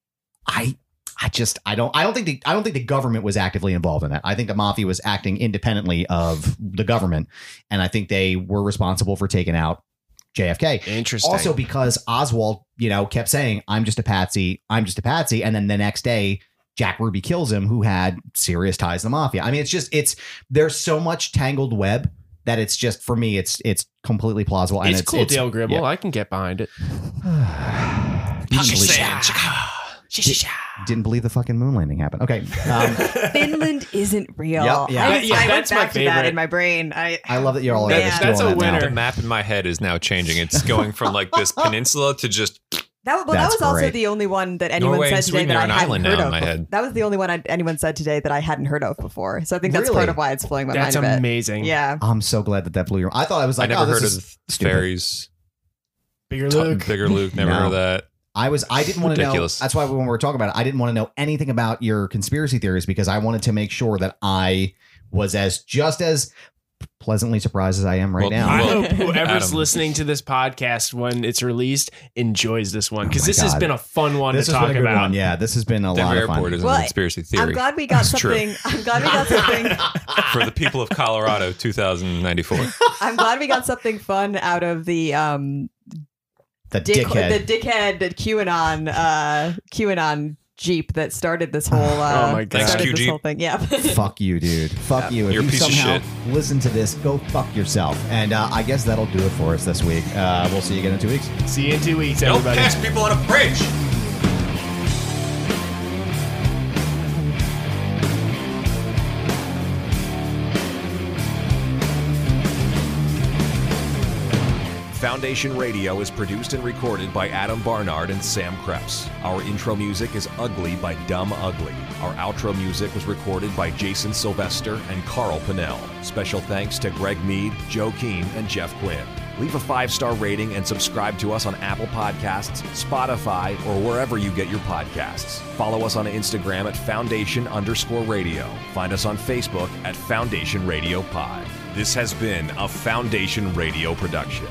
I, I just, I don't, I don't think the, I don't think the government was actively involved in that. I think the mafia was acting independently of the government, and I think they were responsible for taking out JFK.
interesting
Also, because Oswald, you know, kept saying, "I'm just a patsy. I'm just a patsy," and then the next day, Jack Ruby kills him, who had serious ties to the mafia. I mean, it's just it's there's so much tangled web that it's just for me, it's it's completely plausible. And
it's,
it's,
cool dale gribble
yeah.
i can get behind it
Usually- Didn't believe the fucking moon landing happened. Okay,
*laughs*
um,
*laughs*
*laughs*
Finland isn't real.
Yep, yeah.
I,
Yeah,
I went
that's my
back to that
favorite.
in my brain. I
I love that you're all.
That's-
still
that's
on
a
that now.
winner.
The map in my head is now changing. It's going from like
*laughs*
this peninsula to just
That well, that
That's
was also
great.
the only one that anyone
Norway and
said today
Sweden
that
are
I
an
hadn't
island
heard
now in
of.
my
before.
head.
That was the only one I, anyone said today that I hadn't heard of before. So I think that's
Really?
part of why it's blowing my
that's
mind a bit.
amazing
Yeah,
I'm so glad that that blew your. I thought I was like,
I never
oh, this
heard
is-
of
stupid.
fairies.
bigger
T-
luke
Bigger Luke. Never
No.
heard of that.
I was I didn't want to know.
Ridiculous.
That's why when we were talking about it, I didn't want to know anything about your conspiracy theories because I wanted to make sure that I was as just as pleasantly surprised as I am right
Well,
now.
I
Well,
hope whoever's
Adam.
listening to this podcast when it's released enjoys this one
Oh
because
my
this has
God.
been a fun one
this
to
has been
talk
a good
about.
one. Yeah, this has been a
Denver
lot of
Airport
fun.
is
Well,
a conspiracy
I'm
theory
glad we got
It's true.
something. I'm glad we got something.
for the people of Colorado, 2094.
I'm glad we got something fun out of the um
*laughs* the
dick,
dickhead.
the dickhead that QAnon uh QAnon Jeep that started this whole uh,
Oh my
that
God.
started
Thanks,
this
QG.
whole thing. Yeah.
fuck you, dude. Fuck you. If
You're a
you
piece of
somehow
shit.
listen to this, go fuck yourself. And uh, I guess that'll do it for us this week. Uh, we'll see you again in two weeks.
See you in two weeks,
Don't
everybody.
catch people on a bridge.
Foundation Radio is produced and recorded by Adam Barnard and Sam Kreps. Our intro music is Ugly by Dumb Ugly. Our outro music was recorded by Jason Sylvester and Carl Pinnell. Special thanks to Greg Mead, Joe Keane, and Jeff Quinn. Leave a five star rating and subscribe to us on Apple Podcasts, Spotify, or wherever you get your podcasts. Follow us on Instagram at foundation underscore radio. Find us on Facebook at Foundation Radio Pod. This has been a Foundation Radio production.